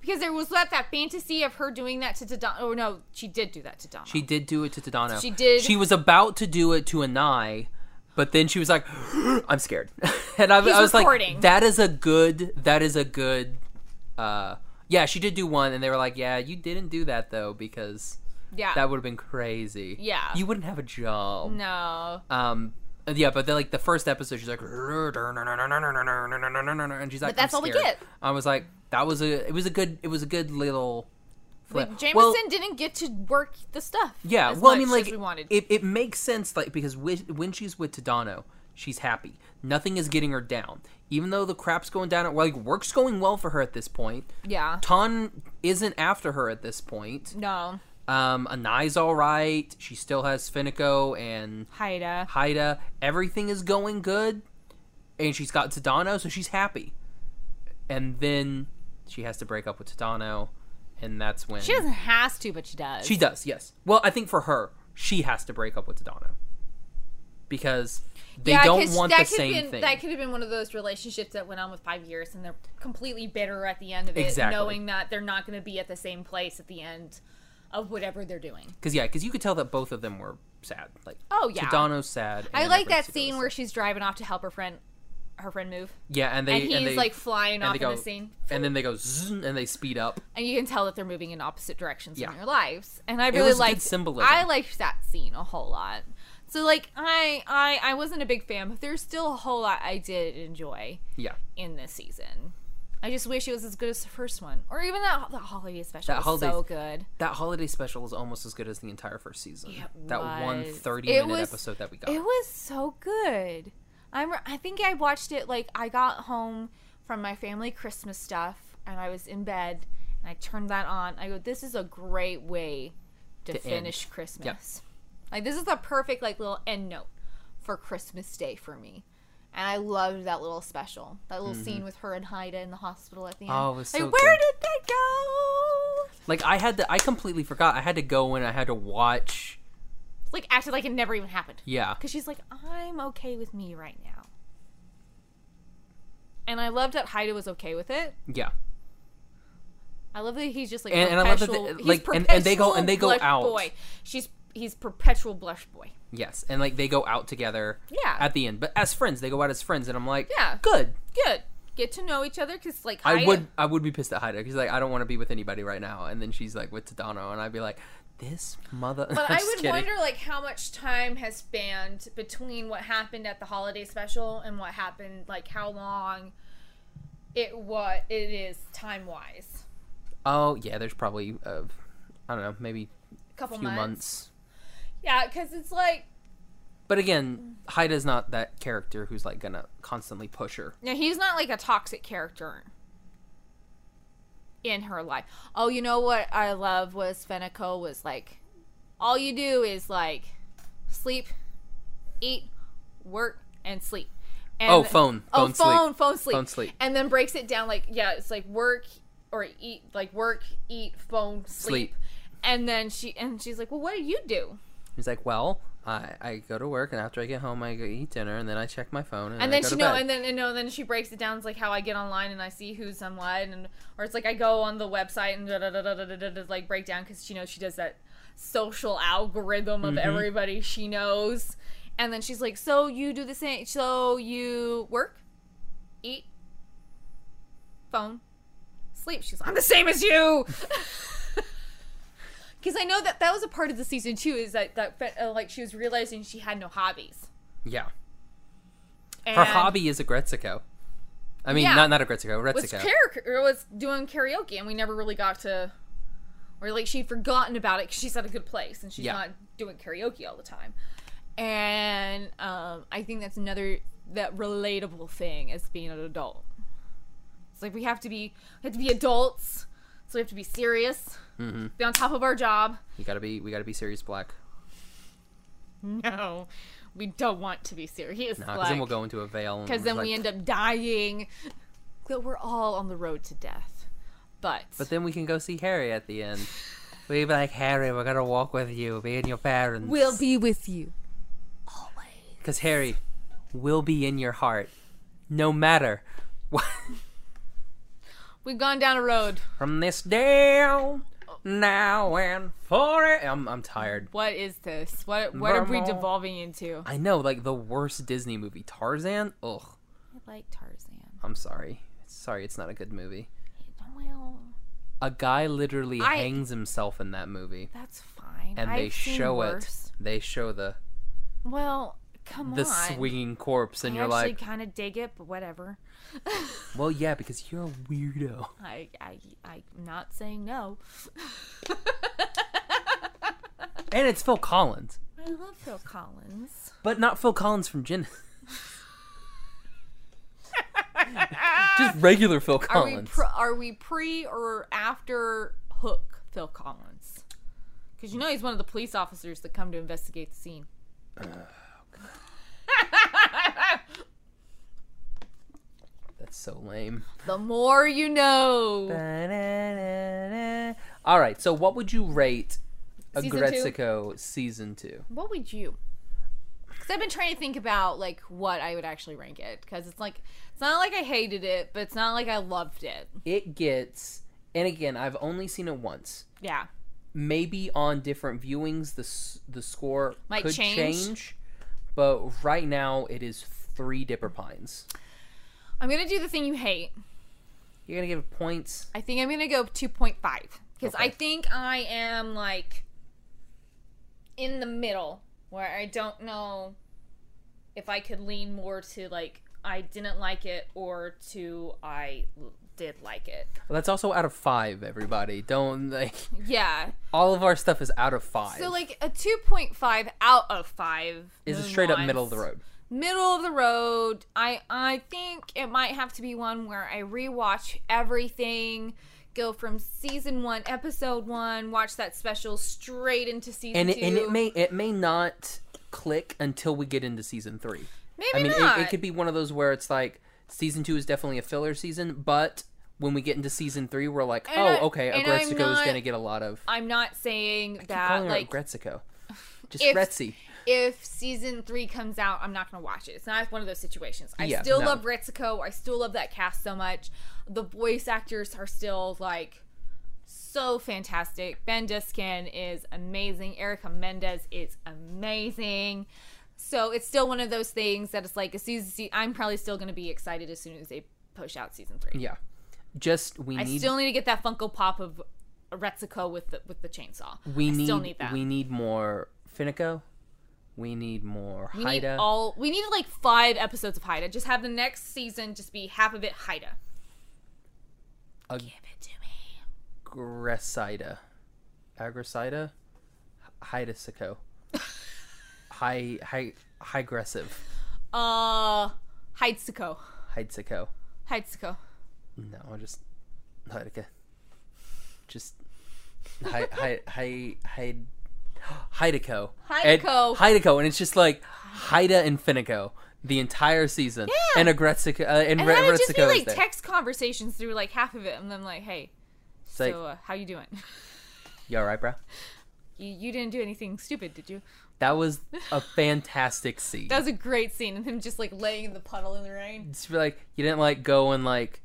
Speaker 3: Because there was that, that fantasy of her doing that to Tadano. Oh no, she did do that to Donna.
Speaker 2: She did do it to Tadano.
Speaker 3: She did.
Speaker 2: She was about to do it to Anai, but then she was like, "I'm scared," and I,
Speaker 3: He's
Speaker 2: I was
Speaker 3: recording.
Speaker 2: like, "That is a good. That is a good." Uh, yeah, she did do one, and they were like, "Yeah, you didn't do that though because
Speaker 3: yeah.
Speaker 2: that would have been crazy.
Speaker 3: Yeah.
Speaker 2: you wouldn't have a job."
Speaker 3: no.
Speaker 2: Um. Yeah, but then like the first episode, she's like, and she's like,
Speaker 3: that's
Speaker 2: "I'm
Speaker 3: all we
Speaker 2: scared."
Speaker 3: get.
Speaker 2: I was like, that was a. It was a good. It was a good little. flip.
Speaker 3: Jameson
Speaker 2: Well-
Speaker 3: didn't get to work the stuff.
Speaker 2: Yeah,
Speaker 3: as
Speaker 2: well, I
Speaker 3: much
Speaker 2: mean, like,
Speaker 3: as we wanted.
Speaker 2: It, it makes sense, like, because with, when she's with Tadano, she's happy. Nothing is getting her down. Even though the crap's going down, well, like, work's going well for her at this point.
Speaker 3: yeah.
Speaker 2: Ton isn't after her at this point.
Speaker 3: No.
Speaker 2: Um, Anai's all right. She still has Finico and
Speaker 3: Haida.
Speaker 2: Haida. Everything is going good. And she's got Tadano, so she's happy. And then she has to break up with Tadano, and that's when
Speaker 3: She doesn't has to, but she does.
Speaker 2: she does, yes. Well, I think for her, she has to break up with Tadano because they
Speaker 3: Yeah, 'cause
Speaker 2: don't want the
Speaker 3: that could
Speaker 2: same
Speaker 3: been,
Speaker 2: thing.
Speaker 3: That could have been one of those relationships that went on with five years, and they're completely bitter at the end of it,
Speaker 2: Exactly.
Speaker 3: knowing that they're not going to be at the same place at the end of whatever they're doing.
Speaker 2: Because yeah, because you could tell that both of them were sad. Like
Speaker 3: Oh, yeah.
Speaker 2: Tadano's sad.
Speaker 3: I
Speaker 2: and
Speaker 3: like that
Speaker 2: Ritsuko's
Speaker 3: scene
Speaker 2: sad.
Speaker 3: where she's driving off to help her friend, her friend move,
Speaker 2: yeah, and they
Speaker 3: and he's
Speaker 2: they,
Speaker 3: like flying
Speaker 2: and
Speaker 3: off
Speaker 2: they
Speaker 3: in
Speaker 2: go
Speaker 3: the scene.
Speaker 2: and then they go zzz, and they speed up.
Speaker 3: and you can tell that they're moving in opposite directions
Speaker 2: Yeah.
Speaker 3: in their lives. And I really
Speaker 2: was good
Speaker 3: like
Speaker 2: symbolism.
Speaker 3: I liked that scene a whole lot. So like I I I wasn't a big fan, but there's still a whole lot I did enjoy
Speaker 2: Yeah,
Speaker 3: in this season. I just wish it was as good as the first one, or even that that holiday special.
Speaker 2: That
Speaker 3: was
Speaker 2: holiday-
Speaker 3: so good.
Speaker 2: that holiday special is almost as good as the entire first season.
Speaker 3: It
Speaker 2: that one
Speaker 3: was.
Speaker 2: 30
Speaker 3: It
Speaker 2: minute
Speaker 3: was-
Speaker 2: episode that we got.
Speaker 3: It was so good. I'm, I think I watched it like I got home from my family Christmas stuff and I was in bed and I turned that on. I go, this is a great way to,
Speaker 2: To end.
Speaker 3: finish Christmas. Like this is the perfect like little end note for Christmas Day for me. And I loved that little special, that little scene with her and Haida in the hospital at the end.
Speaker 2: Mm-hmm. Oh, it was
Speaker 3: like,
Speaker 2: so
Speaker 3: where
Speaker 2: good.
Speaker 3: did that go?
Speaker 2: like I had to, I completely forgot. I had to go and I had to watch.
Speaker 3: It's like acted like it never even happened.
Speaker 2: Yeah,
Speaker 3: Because she's like, I'm okay with me right now. And I loved that Haida was okay with it.
Speaker 2: yeah.
Speaker 3: I love that he's just like
Speaker 2: And- and I love that
Speaker 3: perpetual.
Speaker 2: they-
Speaker 3: he's
Speaker 2: like, and- and they go- and they go out.
Speaker 3: perpetual blush Boy, she's he's perpetual blush boy.
Speaker 2: Yes, and like they go out together.
Speaker 3: Yeah.
Speaker 2: At the end, but as friends, they go out as friends, and I'm like,
Speaker 3: Yeah.
Speaker 2: good.
Speaker 3: Good, get to know each other because like
Speaker 2: I
Speaker 3: Haida-
Speaker 2: would, I would be pissed at Haida because like I don't want to be with anybody right now, and then she's like with Tadano, and I'd be like, this mother.
Speaker 3: But
Speaker 2: I'm
Speaker 3: I
Speaker 2: just
Speaker 3: would
Speaker 2: kidding.
Speaker 3: wonder like how much time has spanned between what happened at the holiday special and what happened like how long it what it is time wise.
Speaker 2: Oh yeah, there's probably, uh, I don't know, maybe
Speaker 3: A
Speaker 2: a
Speaker 3: couple
Speaker 2: few months.
Speaker 3: Yeah, because it's like
Speaker 2: But again, Haida's not that character who's like gonna constantly push her.
Speaker 3: Now he's not like a toxic character in her life. Oh, you know what I love was Fenico was like, all you do is like sleep, eat, work, and sleep. And
Speaker 2: Oh, phone,
Speaker 3: Oh,
Speaker 2: phone sleep.
Speaker 3: phone, phone sleep,
Speaker 2: Phone sleep.
Speaker 3: and then breaks it down like yeah, it's like work or eat, like work, eat, phone, sleep.
Speaker 2: Sleep.
Speaker 3: And then she and she's like, well, what do you do?
Speaker 2: He's like, well, I, I go to work, and after I get home, I go eat dinner, and then I check my phone, and,
Speaker 3: and
Speaker 2: then I
Speaker 3: then
Speaker 2: go
Speaker 3: she
Speaker 2: to
Speaker 3: no,
Speaker 2: bed.
Speaker 3: and then and no, then she breaks it down. It's like how I get online and I see who's on what, and or it's like I go on the website and da da da da da da, da, da like break down because she knows she does that social algorithm of
Speaker 2: Mm-hmm.
Speaker 3: everybody she knows, and then she's like, so you do the same, so you work, eat, phone, sleep. She's like, I'm the same as you. because I know that that was a part of the season too. Is that that fe- uh, like she was realizing she had no hobbies.
Speaker 2: Yeah.
Speaker 3: And
Speaker 2: Her hobby is a Gretzico. I mean,
Speaker 3: Yeah.
Speaker 2: not not a Gretzico, a
Speaker 3: was
Speaker 2: Retzico.
Speaker 3: karaoke or was doing karaoke, and we never really got to, or like she'd forgotten about it because she's at a good place and she's
Speaker 2: Yeah.
Speaker 3: not doing karaoke all the time. And um, I think that's another that relatable thing as being an adult. It's like we have to be we have to be adults, so we have to be serious,
Speaker 2: Mm-hmm.
Speaker 3: be on top of our job.
Speaker 2: you gotta be, we gotta be serious black.
Speaker 3: No, we don't want to be serious.
Speaker 2: Because then we'll go into a veil.
Speaker 3: Because then we end up dying. But we're all on the road to death. But,
Speaker 2: But then we can go see Harry at the end. We'd be like, Harry, we're gonna walk with you, me and your parents.
Speaker 3: we'll be with you.
Speaker 2: Because Harry will be in your heart, no matter what.
Speaker 3: We've gone down a road.
Speaker 2: From this down, now and forever. I'm, I'm tired.
Speaker 3: What is this? What what are we
Speaker 2: Normal.
Speaker 3: devolving into?
Speaker 2: I know, like the worst Disney movie, Tarzan. Ugh,
Speaker 3: I like Tarzan.
Speaker 2: I'm sorry. Sorry, it's not a good movie.
Speaker 3: Well,
Speaker 2: A guy literally
Speaker 3: I-
Speaker 2: hangs himself in that movie,
Speaker 3: that's fine.
Speaker 2: and they
Speaker 3: I've seen
Speaker 2: show
Speaker 3: worse.
Speaker 2: it. They show the
Speaker 3: Well, come
Speaker 2: the
Speaker 3: on.
Speaker 2: swinging corpse, and
Speaker 3: I
Speaker 2: you're
Speaker 3: actually
Speaker 2: like,
Speaker 3: kind of dig it, but whatever.
Speaker 2: well, yeah, because you're a weirdo.
Speaker 3: I I I'm not saying no.
Speaker 2: And it's Phil Collins,
Speaker 3: I love Phil Collins.
Speaker 2: but not Phil Collins from Genesis. Just regular Phil
Speaker 3: Are we
Speaker 2: Collins.
Speaker 3: pre, are we pre or after Hook Phil Collins? Because you know he's one of the police officers that come to investigate the scene.
Speaker 2: That's so lame.
Speaker 3: The more you know.
Speaker 2: All right, so what would you rate a
Speaker 3: Season two?
Speaker 2: Gretzico season two?
Speaker 3: What would you? Because I've been trying to think about like what I would actually rank it. Because it's like it's not like I hated it, but it's not like I loved it.
Speaker 2: It gets, and again, I've only seen it once.
Speaker 3: Yeah.
Speaker 2: Maybe on different viewings, the s- the score
Speaker 3: Might
Speaker 2: could
Speaker 3: change.
Speaker 2: change, but right now it is three Dipper Pines.
Speaker 3: I'm gonna do the thing you hate.
Speaker 2: You're gonna give it points.
Speaker 3: I think I'm gonna go 2.5 because I
Speaker 2: Okay.
Speaker 3: think I am like in the middle where I don't know if I could lean more to like I didn't like it or to I l- did like it.
Speaker 2: Well, that's also out of five. Everybody, don't like
Speaker 3: Yeah.
Speaker 2: all of our stuff is out of five.
Speaker 3: So like a 2.5 out of 5
Speaker 2: is a
Speaker 3: no
Speaker 2: straight up middle of the
Speaker 3: nuance.
Speaker 2: road.
Speaker 3: middle of the road. I I think it might have to be one where I rewatch everything, go from season one, episode one, watch that special straight into season
Speaker 2: and it,
Speaker 3: two.
Speaker 2: and it may it may not click until we get into season three.
Speaker 3: maybe
Speaker 2: I mean,
Speaker 3: not.
Speaker 2: It, it could be one of those where it's like season two is definitely a filler season, but when we get into season three, we're like,
Speaker 3: And I-
Speaker 2: oh, okay,
Speaker 3: and I'm
Speaker 2: Agretzico is
Speaker 3: not-
Speaker 2: going to get a lot of.
Speaker 3: I'm not saying that
Speaker 2: calling
Speaker 3: like
Speaker 2: her Agretzico. Just
Speaker 3: if-
Speaker 2: Retzi.
Speaker 3: if season three comes out, I'm not gonna watch it. It's not one of those situations. I
Speaker 2: Yeah,
Speaker 3: still
Speaker 2: no.
Speaker 3: love Ritzico. I still love that cast so much. The voice actors are still like so fantastic. Ben Diskin is amazing. Erica Mendez is amazing. So it's still one of those things that it's like a season. se- I'm probably still gonna be excited as soon as they push out season three.
Speaker 2: Yeah. Just we
Speaker 3: I
Speaker 2: need
Speaker 3: still need to get that Funko Pop of Retzico with the, with the chainsaw.
Speaker 2: we
Speaker 3: I
Speaker 2: need,
Speaker 3: still need that.
Speaker 2: we need more Finico. We need more
Speaker 3: We need
Speaker 2: Haida.
Speaker 3: all. We need like five episodes of Haida. Just have the next season just be half of it Haida.
Speaker 2: Ag-
Speaker 3: Give it to me.
Speaker 2: Agresida. Agresida? Hydesico. high, high, high aggressive.
Speaker 3: Uh, Heidsuko.
Speaker 2: Hydesico.
Speaker 3: Heidsuko.
Speaker 2: No, I just not again. Just hi hi hi hi Hideko. And-
Speaker 3: Hideko.
Speaker 2: Hideko, and it's just like Haida and Finico the entire season.
Speaker 3: Yeah.
Speaker 2: And Agretzico uh, and,
Speaker 3: And
Speaker 2: Re-
Speaker 3: that would just be
Speaker 2: Retzico is
Speaker 3: like
Speaker 2: there.
Speaker 3: text conversations through like half of it, and then like, hey,
Speaker 2: It's like,
Speaker 3: so uh, how you doing?
Speaker 2: you alright, bro?
Speaker 3: you, you didn't do anything stupid, did you?
Speaker 2: That was a fantastic scene.
Speaker 3: That was a great scene, and him just like laying in the puddle in the rain.
Speaker 2: It's like you didn't like go and like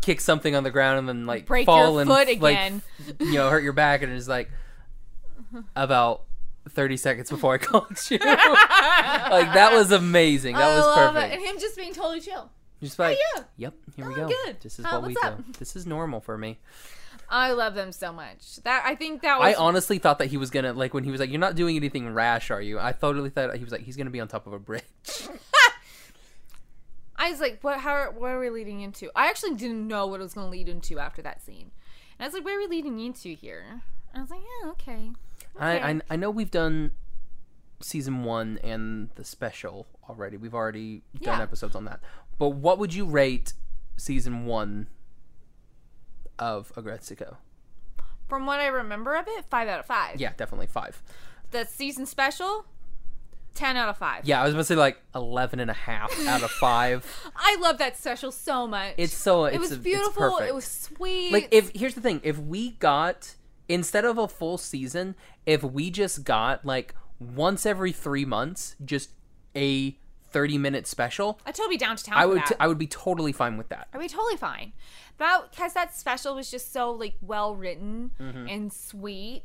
Speaker 2: kick something on the ground and then like
Speaker 3: Break
Speaker 2: fall
Speaker 3: your
Speaker 2: and
Speaker 3: foot
Speaker 2: like,
Speaker 3: again.
Speaker 2: you know, hurt your back and it's like about 30 seconds before I called you. like that was amazing.
Speaker 3: Oh,
Speaker 2: That was perfect.
Speaker 3: And him just being totally chill.
Speaker 2: Just like,
Speaker 3: yeah.
Speaker 2: yep, here we
Speaker 3: Oh,
Speaker 2: go.
Speaker 3: good.
Speaker 2: This is
Speaker 3: Huh,
Speaker 2: what we
Speaker 3: what's
Speaker 2: do.
Speaker 3: up?
Speaker 2: This is normal for me.
Speaker 3: I love them so much. That I think that
Speaker 2: I
Speaker 3: was
Speaker 2: honestly thought that he was gonna like when he was like, "You're not doing anything rash, are you?" I totally thought he was like, "He's gonna be on top of a bridge."
Speaker 3: I was like, what? How? What are we leading into? I actually didn't know what it was going to lead into after that scene, and I was like, where are we leading into here? And I was like, yeah, okay.
Speaker 2: I, I
Speaker 3: Okay.
Speaker 2: I know we've done season one and the special already. We've already done
Speaker 3: Yeah.
Speaker 2: episodes on that. But what would you rate season one of Agretzico?
Speaker 3: From what I remember of it, five out of five.
Speaker 2: Yeah, definitely five.
Speaker 3: The season special, ten out of five.
Speaker 2: Yeah, I was about to say like 11 and a half out of five.
Speaker 3: I love that special so much.
Speaker 2: It's so it's
Speaker 3: it was
Speaker 2: a- it's
Speaker 3: beautiful.
Speaker 2: perfect.
Speaker 3: it was sweet.
Speaker 2: like if here's the thing if we got instead of a full season if we just got like once every three months just a 30 minute special
Speaker 3: I totally be down to town.
Speaker 2: i
Speaker 3: for
Speaker 2: would
Speaker 3: that.
Speaker 2: t- I would be totally fine with that
Speaker 3: I'd be totally fine. That because that special was just so like well written
Speaker 2: Mm-hmm.
Speaker 3: and sweet.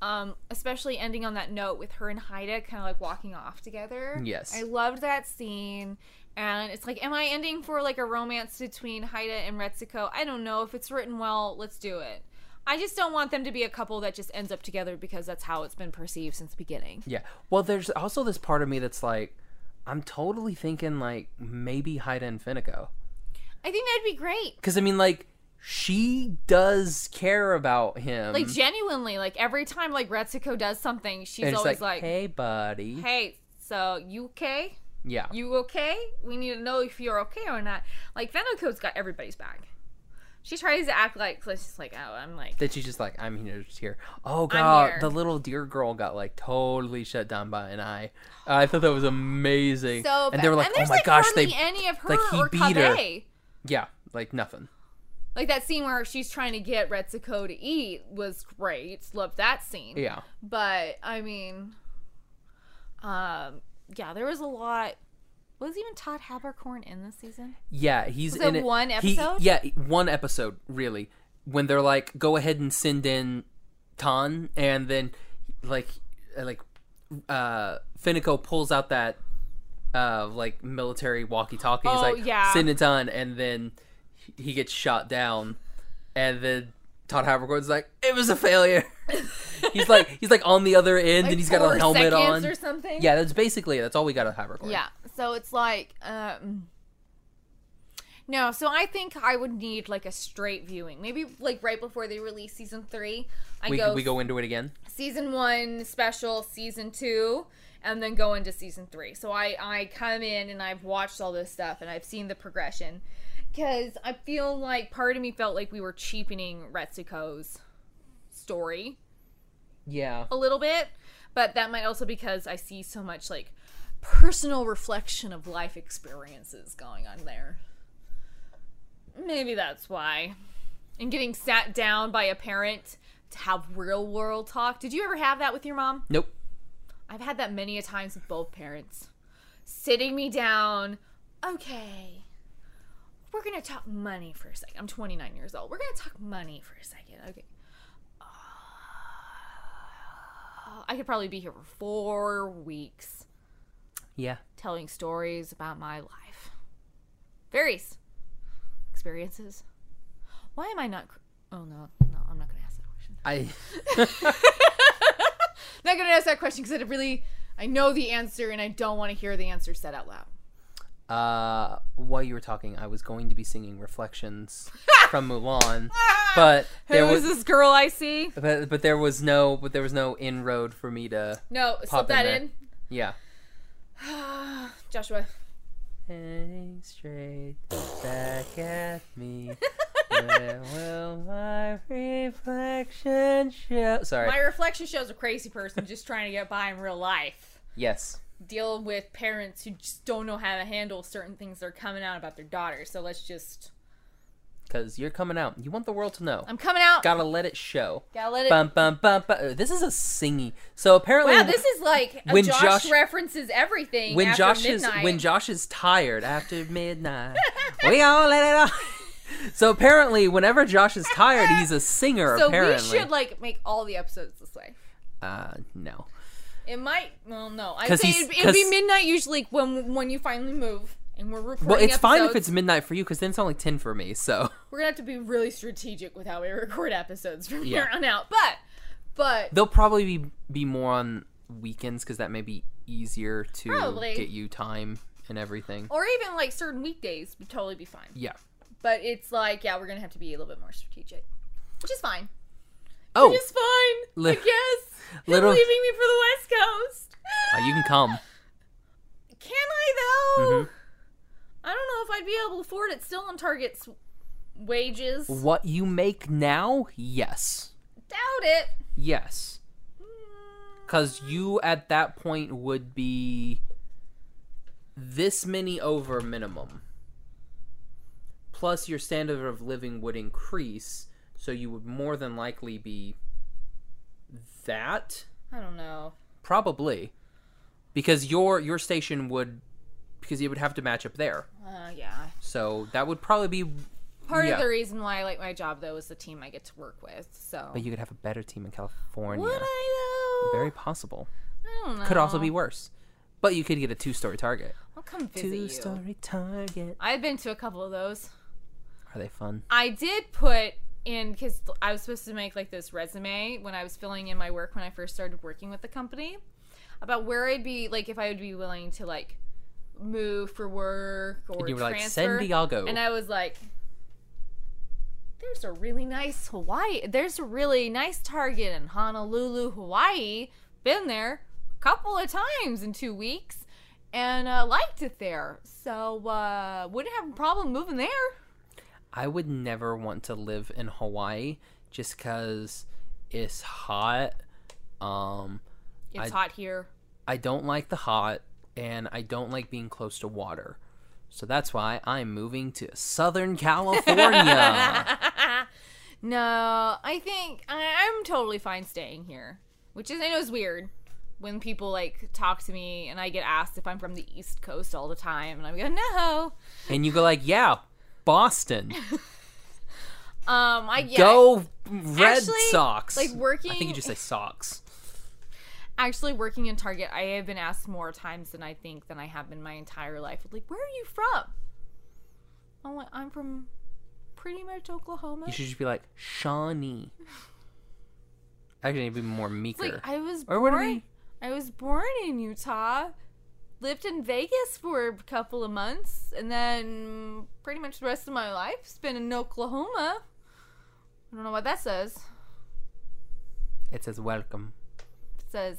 Speaker 3: Um, especially ending on that note with her and Haida kind of like walking off together.
Speaker 2: Yes.
Speaker 3: I loved that scene. And it's like, am I ending for like a romance between Haida and Retsuko? I don't know. If it's written well, let's do it. I just don't want them to be a couple that just ends up together because that's how it's been perceived since the beginning.
Speaker 2: yeah well there's also this part of me that's like i'm totally thinking like maybe haida and finnico
Speaker 3: I think that'd be great.
Speaker 2: because i mean like she does care about him
Speaker 3: Like genuinely, like every time like Retsuko does something, she's
Speaker 2: Mm-hmm. and it's
Speaker 3: always
Speaker 2: like,
Speaker 3: like,
Speaker 2: hey buddy
Speaker 3: hey, so you okay?
Speaker 2: yeah
Speaker 3: You okay? We need to know if you're okay or not. Like Venocode's got everybody's back. She tries to act like she's like, oh, I'm like,
Speaker 2: that she's just like, I'm here, just here. Oh god,
Speaker 3: here.
Speaker 2: the little deer girl got like totally shut down by an eye. I thought that was amazing.
Speaker 3: so.
Speaker 2: and they were
Speaker 3: bad.
Speaker 2: like,
Speaker 3: And
Speaker 2: oh
Speaker 3: there's,
Speaker 2: my
Speaker 3: like,
Speaker 2: gosh,
Speaker 3: hardly
Speaker 2: they
Speaker 3: any of her
Speaker 2: like, he
Speaker 3: or
Speaker 2: beat her.
Speaker 3: Kaveh.
Speaker 2: yeah, like nothing.
Speaker 3: Like that scene where she's trying to get Retsuko to eat was great. Love that scene.
Speaker 2: Yeah,
Speaker 3: But I mean, um, yeah, there was a lot. Was even Todd Habercorn in this season?
Speaker 2: yeah, he's
Speaker 3: Was it
Speaker 2: in it.
Speaker 3: one
Speaker 2: He-
Speaker 3: episode?
Speaker 2: yeah, one episode really. When they're like, go ahead and send in Tan, and then like, uh, like, uh, Finico pulls out that uh like military walkie-talkie. He's
Speaker 3: Oh,
Speaker 2: like,
Speaker 3: yeah.
Speaker 2: send it Tan, and then he gets shot down. and then Todd Havergord's like, "It was a failure." he's like, he's like on the other end, and he's got
Speaker 3: Four
Speaker 2: a helmet
Speaker 3: seconds
Speaker 2: on.
Speaker 3: or something.
Speaker 2: Yeah, that's basically that's all we got of Havergord.
Speaker 3: Yeah. So it's like, um, no. So I think I would need like a straight viewing. Maybe like right before they release season three, I
Speaker 2: we
Speaker 3: go,
Speaker 2: we go into it again.
Speaker 3: season one special, season two, and then go into season three. So I I come in and I've watched all this stuff and I've seen the progression because I feel like part of me felt like we were cheapening Retsuko's story
Speaker 2: Yeah,
Speaker 3: a little bit, but that might also because I see so much like personal reflection of life experiences going on there. Maybe that's why. And getting sat down by a parent to have real world talk. Did you ever have that with your mom?
Speaker 2: nope.
Speaker 3: I've had that many a times with both parents. Sitting me down, okay. We're gonna talk money for a second. I'm 29 years old. We're gonna talk money for a second. Okay. Uh, I could probably be here for four weeks
Speaker 2: Yeah,
Speaker 3: telling stories about my life. Various experiences. Why am I not? Cr- oh no, no, I'm not gonna ask that question
Speaker 2: I
Speaker 3: not gonna ask that question because I really I know the answer and I don't want to hear the answer said out loud.
Speaker 2: uh while you were talking, I was going to be singing Reflections from Mulan, but there
Speaker 3: Who
Speaker 2: was
Speaker 3: is this girl I see?
Speaker 2: but, but there was no but there was no inroad for me to
Speaker 3: No, slip
Speaker 2: Pop in
Speaker 3: that
Speaker 2: there.
Speaker 3: in.
Speaker 2: yeah.
Speaker 3: Joshua.
Speaker 2: Heading straight back at me. Where will my reflection show? Sorry.
Speaker 3: My reflection shows a crazy person just trying to get by in real life.
Speaker 2: yes.
Speaker 3: Deal with parents who just don't know how to handle certain things that are coming out about their daughter. So let's just
Speaker 2: Because you're coming out. You want the world to know.
Speaker 3: I'm coming out.
Speaker 2: Gotta let it show.
Speaker 3: Gotta let it
Speaker 2: Bum, bum, bum, bum. Uh, This is a singy. So apparently,
Speaker 3: Wow, this is like a
Speaker 2: When
Speaker 3: Josh,
Speaker 2: Josh-
Speaker 3: references everything
Speaker 2: when
Speaker 3: after
Speaker 2: Josh
Speaker 3: midnight.
Speaker 2: is when Josh is tired after midnight, we all let it off. So apparently, whenever Josh is tired, he's a singer.
Speaker 3: so
Speaker 2: apparently,
Speaker 3: we should like make all the episodes this way.
Speaker 2: uh, no.
Speaker 3: It might. Well, no. I'd
Speaker 2: 'Cause
Speaker 3: say
Speaker 2: he's-
Speaker 3: it'd, it'd be
Speaker 2: 'cause-
Speaker 3: midnight usually when when you finally move. and we're recording.
Speaker 2: Well, it's fine if
Speaker 3: episodes.
Speaker 2: it's midnight for you because then it's only 10 for me. So,
Speaker 3: We're gonna have to be really strategic with how we record episodes from
Speaker 2: Yeah.
Speaker 3: here on out. But, but
Speaker 2: they'll probably be, be more on weekends because that may be easier to
Speaker 3: Probably.
Speaker 2: get you time and everything.
Speaker 3: or even like certain weekdays would totally be fine.
Speaker 2: Yeah.
Speaker 3: But it's like, yeah, we're gonna have to be a little bit more strategic, which is fine.
Speaker 2: Oh,
Speaker 3: Which is fine.
Speaker 2: Li-
Speaker 3: I guess.
Speaker 2: little-
Speaker 3: You're leaving me for the West Coast.
Speaker 2: uh, you can come.
Speaker 3: Can I though?
Speaker 2: Mhm.
Speaker 3: I don't know if I'd be able to afford it. Still on Target's wages.
Speaker 2: What you make now? Yes.
Speaker 3: Doubt it.
Speaker 2: Yes. Because you at that point would be this many over minimum. Plus, your standard of living would increase, so you would more than likely be that
Speaker 3: I don't know.
Speaker 2: probably because your your station would because you would have to match up there
Speaker 3: Uh, yeah.
Speaker 2: so that would probably be
Speaker 3: Part
Speaker 2: Yeah.
Speaker 3: of the reason why I like my job though is the team I get to work with. So
Speaker 2: but you could have a better team in california
Speaker 3: would I though?
Speaker 2: very possible
Speaker 3: I don't know.
Speaker 2: could also be worse but you could get a two-story target
Speaker 3: I'll come visit you.
Speaker 2: Two-story target.
Speaker 3: I've been to a couple of those.
Speaker 2: Are they fun?
Speaker 3: I did put in because I was supposed to make like this resume when I was filling in my work when I first started working with the company about where I'd be like if I would be willing to like move for work or
Speaker 2: And you were like, San
Speaker 3: transfer.
Speaker 2: Diego.
Speaker 3: and I was like, there's a really nice Hawaii. There's a really nice Target in Honolulu, Hawaii. Been there a couple of times in two weeks and uh, liked it there. So uh, wouldn't have a problem moving there.
Speaker 2: I would never want to live in Hawaii just because it's hot. Um,
Speaker 3: It's
Speaker 2: I-
Speaker 3: hot here.
Speaker 2: I don't like the hot, and I don't like being close to water. So that's why I'm moving to Southern California.
Speaker 3: no, I think I, I'm totally fine staying here, which is I know is weird when people like talk to me and I get asked if I'm from the East Coast all the time, and I'm going no.
Speaker 2: and you go like, yeah, Boston.
Speaker 3: Um, I yeah,
Speaker 2: Go Red
Speaker 3: Actually,
Speaker 2: Sox.
Speaker 3: like,
Speaker 2: I think
Speaker 3: working-
Speaker 2: you just say socks.
Speaker 3: actually working in Target, I have been asked more times than I think than I have in my entire life. Like, where are you from? I'm like, I'm from pretty much Oklahoma.
Speaker 2: You should just be like Shawnee. Actually, it'd be more meeker.
Speaker 3: Like I was
Speaker 2: Or
Speaker 3: born.
Speaker 2: what are we-
Speaker 3: I was born in Utah, lived in Vegas for a couple of months, and then pretty much the rest of my life's been in Oklahoma. I don't know what that says.
Speaker 2: It says welcome.
Speaker 3: It says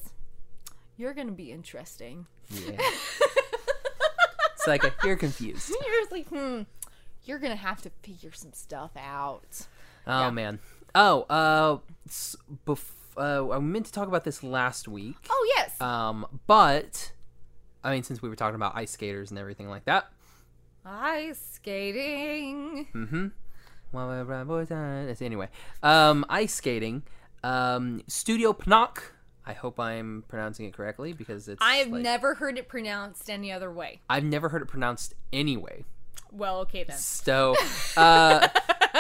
Speaker 3: you're gonna be interesting.
Speaker 2: Yeah. it's like a, you're confused.
Speaker 3: You're just like, hmm. You're gonna have to figure some stuff out.
Speaker 2: Oh man. Oh, uh, s- bef- uh, I meant to talk about this last week.
Speaker 3: Oh yes.
Speaker 2: Um, but I mean, since we were talking about ice skaters and everything like that.
Speaker 3: Ice skating.
Speaker 2: Mm-hmm. Well, well, well, well, uh, it's- Anyway, um, ice skating. Um, Studio Pnock. I hope I'm pronouncing it correctly because it's.
Speaker 3: I have
Speaker 2: like-
Speaker 3: never heard it pronounced any other way.
Speaker 2: I've never heard it pronounced anyway.
Speaker 3: Well, okay then.
Speaker 2: So, uh,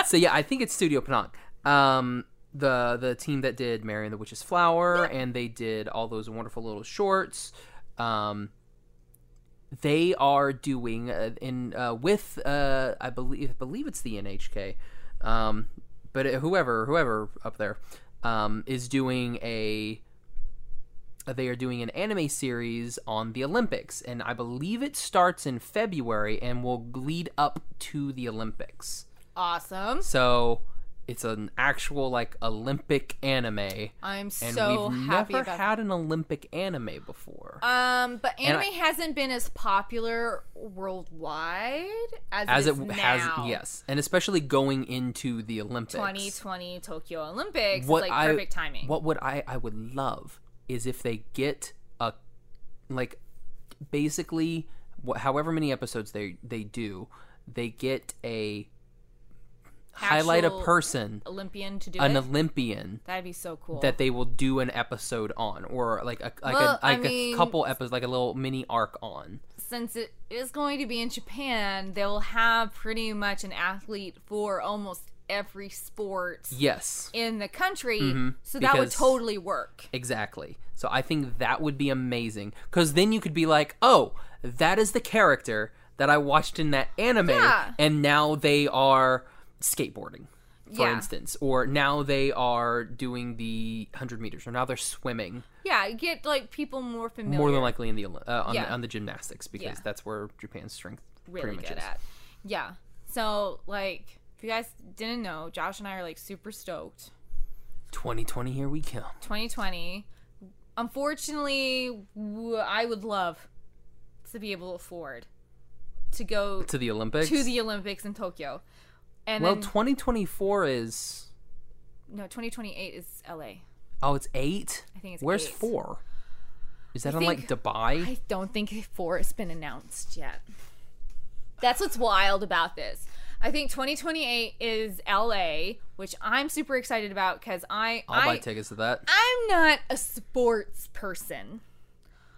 Speaker 2: so yeah, I think it's Studio Penang. Um, the the team that did Mary and the Witch's Flower, and they did all those wonderful little shorts. Um, they are doing uh, in uh, with uh, I believe I believe it's the NHK, um, but whoever whoever up there um, is doing a they are doing an anime series on the Olympics, and I believe it starts in February and will lead up to the Olympics.
Speaker 3: Awesome.
Speaker 2: So it's an actual like Olympic anime,
Speaker 3: I'm
Speaker 2: and
Speaker 3: so
Speaker 2: we've
Speaker 3: happy
Speaker 2: never
Speaker 3: about
Speaker 2: had an Olympic anime before.
Speaker 3: Um, but
Speaker 2: And
Speaker 3: anime
Speaker 2: I-
Speaker 3: hasn't been as popular worldwide as,
Speaker 2: as it
Speaker 3: is now.
Speaker 2: has, yes, and especially going into the Olympics.
Speaker 3: 2020 Tokyo Olympics.
Speaker 2: What
Speaker 3: is like
Speaker 2: I-
Speaker 3: perfect timing.
Speaker 2: What would I I would love is if they get a like basically wh- however many episodes they they do, they get a highlight a
Speaker 3: Actual
Speaker 2: person,
Speaker 3: Olympian to do
Speaker 2: an
Speaker 3: it?
Speaker 2: Olympian
Speaker 3: That'd be so cool.
Speaker 2: that they will do an episode on or like a like
Speaker 3: Well,
Speaker 2: a
Speaker 3: I
Speaker 2: like
Speaker 3: mean-
Speaker 2: a couple episodes like a little mini arc on.
Speaker 3: Since it is going to be in Japan, they'll have pretty much an athlete for almost every sport
Speaker 2: Yes.
Speaker 3: in the country.
Speaker 2: Mhm,
Speaker 3: So that would
Speaker 2: because-
Speaker 3: totally work.
Speaker 2: Exactly. So I think that would be amazing because then you could be like, oh, that is the character that I watched in that anime,
Speaker 3: Yeah.
Speaker 2: and now they are skateboarding, for
Speaker 3: Yeah.
Speaker 2: instance, or now they are doing the hundred meters, or now they're swimming.
Speaker 3: Yeah, you get like people more familiar.
Speaker 2: More than likely in the Oli- uh, on,
Speaker 3: Yeah.
Speaker 2: the, on the gymnastics because
Speaker 3: Yeah.
Speaker 2: that's where Japan's strength
Speaker 3: really
Speaker 2: pretty much
Speaker 3: good
Speaker 2: is.
Speaker 3: at. Yeah. So like, if you guys didn't know, Josh and I are like super stoked.
Speaker 2: 2020, here we come.
Speaker 3: 2020. Unfortunately, w- I would love to be able to afford to go
Speaker 2: To the Olympics.
Speaker 3: to the Olympics in Tokyo. And
Speaker 2: well,
Speaker 3: then,
Speaker 2: 2024 is
Speaker 3: no, 2028 is LA.
Speaker 2: oh, it's eight.
Speaker 3: I think it's
Speaker 2: Where's
Speaker 3: eight.
Speaker 2: four? Is that on like
Speaker 3: think-
Speaker 2: Dubai?
Speaker 3: I don't think four has been announced yet. That's what's wild about this. I think 2028 is LA, which I'm super excited about because I
Speaker 2: I'll buy
Speaker 3: I,
Speaker 2: tickets to that.
Speaker 3: I'm not a sports person.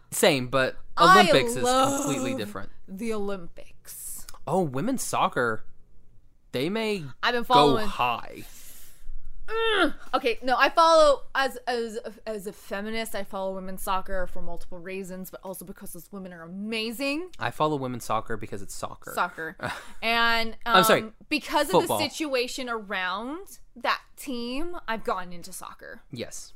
Speaker 2: Same, but
Speaker 3: I
Speaker 2: Olympics is
Speaker 3: love-
Speaker 2: completely different.
Speaker 3: The Olympics.
Speaker 2: Oh, women's soccer, they may
Speaker 3: I've been
Speaker 2: go
Speaker 3: following. Mm.
Speaker 2: high.
Speaker 3: Okay, no, I follow as as as a feminist. I follow women's soccer for multiple reasons, but also because those women are amazing.
Speaker 2: I follow women's soccer because it's soccer.
Speaker 3: Soccer, and um,
Speaker 2: sorry,
Speaker 3: because of
Speaker 2: football.
Speaker 3: the situation around that team, I've gotten into soccer
Speaker 2: Yes.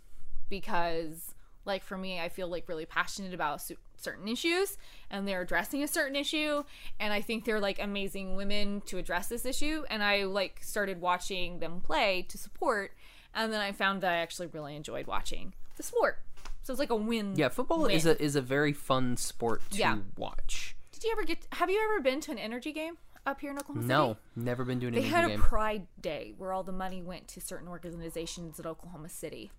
Speaker 3: because, like, for me, I feel like really passionate about su- certain issues, and they're addressing a certain issue, and I think they're like amazing women to address this issue, and I like started watching them play to support, and then I found that I actually really enjoyed watching the sport. So it's like a win.
Speaker 2: Yeah, football is
Speaker 3: win.
Speaker 2: a is a very fun sport to
Speaker 3: Yeah.
Speaker 2: watch.
Speaker 3: Did you ever get? Have you ever been to an energy game up here in Oklahoma City?
Speaker 2: No, never been doing an
Speaker 3: They had
Speaker 2: energy
Speaker 3: a
Speaker 2: game.
Speaker 3: Pride Day where all the money went to certain organizations at Oklahoma City.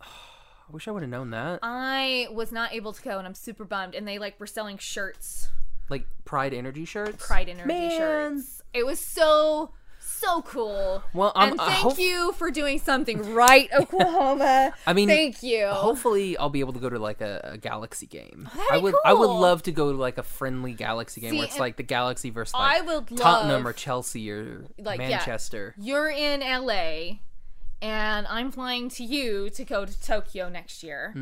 Speaker 2: I wish I would have known that.
Speaker 3: I was not able to go, and I'm super bummed. And they like were selling shirts,
Speaker 2: like Pride Energy shirts.
Speaker 3: Pride Energy
Speaker 2: Man.
Speaker 3: shirts. It was so so cool.
Speaker 2: Well, I'm-
Speaker 3: and
Speaker 2: I
Speaker 3: thank
Speaker 2: hope-
Speaker 3: you for doing something right, Oklahoma.
Speaker 2: I mean,
Speaker 3: thank you.
Speaker 2: Hopefully, I'll be able to go to like a, a Galaxy game.
Speaker 3: Oh, that'd
Speaker 2: I
Speaker 3: be
Speaker 2: would. I would
Speaker 3: cool.
Speaker 2: love to go to like a friendly Galaxy game
Speaker 3: See,
Speaker 2: where it's
Speaker 3: and
Speaker 2: like the Galaxy versus like
Speaker 3: I would
Speaker 2: Tottenham
Speaker 3: love-
Speaker 2: or Chelsea or
Speaker 3: Like, yeah.
Speaker 2: Manchester.
Speaker 3: You're in LA, and I'm flying to you to go to Tokyo next year.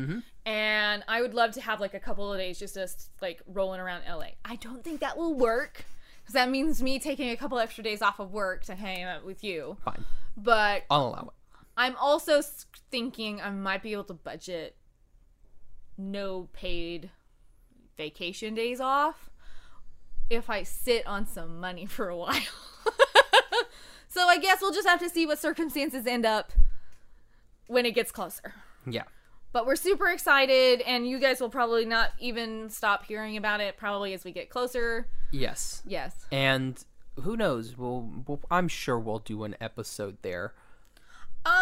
Speaker 3: And I would love to have like a couple of days just us like rolling around LA. I don't think that will work because that means me taking a couple extra days off of work to hang out with you.
Speaker 2: Fine,
Speaker 3: But
Speaker 2: I'll allow it.
Speaker 3: I'm also s- thinking I might be able to budget no paid vacation days off if I sit on some money for a while. so I guess we'll just have to see what circumstances end up when it gets closer.
Speaker 2: Yeah,
Speaker 3: But we're super excited, and you guys will probably not even stop hearing about it probably as we get closer.
Speaker 2: yes,
Speaker 3: Yes.
Speaker 2: and who knows? We'll, we'll. I'm sure we'll do an episode there.
Speaker 3: Um,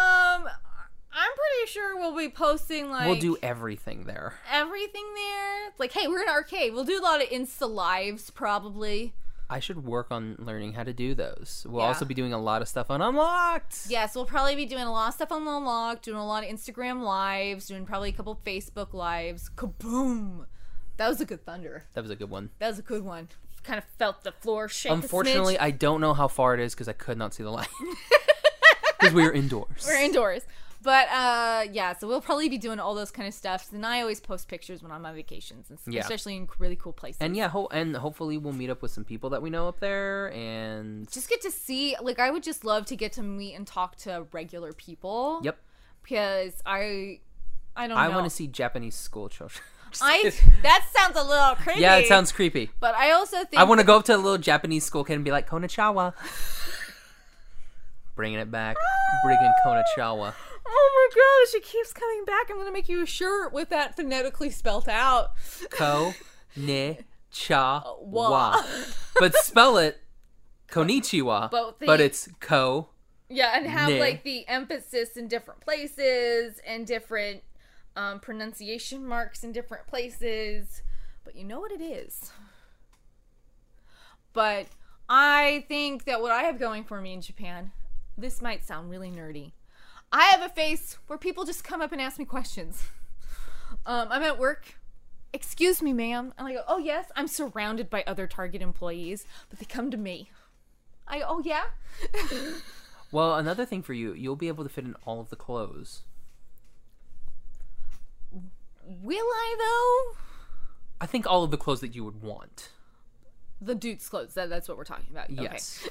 Speaker 3: I'm pretty sure we'll be posting like
Speaker 2: we'll do everything there.
Speaker 3: everything there. Like, hey, we're in arcade. We'll do a lot of Insta lives probably.
Speaker 2: I should work on learning how to do those. We'll
Speaker 3: Yeah.
Speaker 2: also be doing a lot of stuff on Unlocked.
Speaker 3: Yes, we'll probably be doing a lot of stuff on the log, doing a lot of Instagram lives, doing probably a couple Facebook lives. Kaboom! That was a good thunder.
Speaker 2: That was a good one.
Speaker 3: That was a good one. Kind of felt the floor shake.
Speaker 2: Unfortunately,
Speaker 3: a smidge.
Speaker 2: I don't know how far it is because I could not see the light. Because we were indoors.
Speaker 3: we're indoors. But uh, yeah, so we'll probably be doing all those kind of stuff. And I always post pictures when I'm on vacations, and s-
Speaker 2: Yeah.
Speaker 3: especially in really cool places.
Speaker 2: and yeah, ho- and hopefully we'll meet up with some people that we know up there. And
Speaker 3: just get to see. Like, I would just love to get to meet and talk to regular people.
Speaker 2: yep,
Speaker 3: because I I don't
Speaker 2: I
Speaker 3: know.
Speaker 2: want to see Japanese school children. Just
Speaker 3: I
Speaker 2: kidding.
Speaker 3: that sounds a little creepy.
Speaker 2: yeah, it sounds creepy.
Speaker 3: But I also think
Speaker 2: I want to go up to a little Japanese school kid and be like Konachawa. Bringing it back, bringing Konachawa.
Speaker 3: Oh my gosh, it keeps coming back. I'm gonna make you a shirt with that phonetically spelt out.
Speaker 2: Ko ne cha wa.
Speaker 3: Wa.
Speaker 2: But spell it Konichiwa.
Speaker 3: Both the-
Speaker 2: but it's ko.
Speaker 3: Yeah, and have
Speaker 2: Nah.
Speaker 3: like the emphasis in different places and different um, pronunciation marks in different places. But you know what it is. But I think that what I have going for me in Japan, this might sound really nerdy. I have a face where people just come up and ask me questions. Um, I'm at work. Excuse me, ma'am. And I go, oh, yes. I'm surrounded by other Target employees, but they come to me. I go, oh, yeah.
Speaker 2: Well, another thing for you, you'll be able to fit in all of the clothes.
Speaker 3: Will I though?
Speaker 2: I think all of the clothes that you would want.
Speaker 3: The dude's clothes. That, that's what we're talking about. Okay.
Speaker 2: Yes.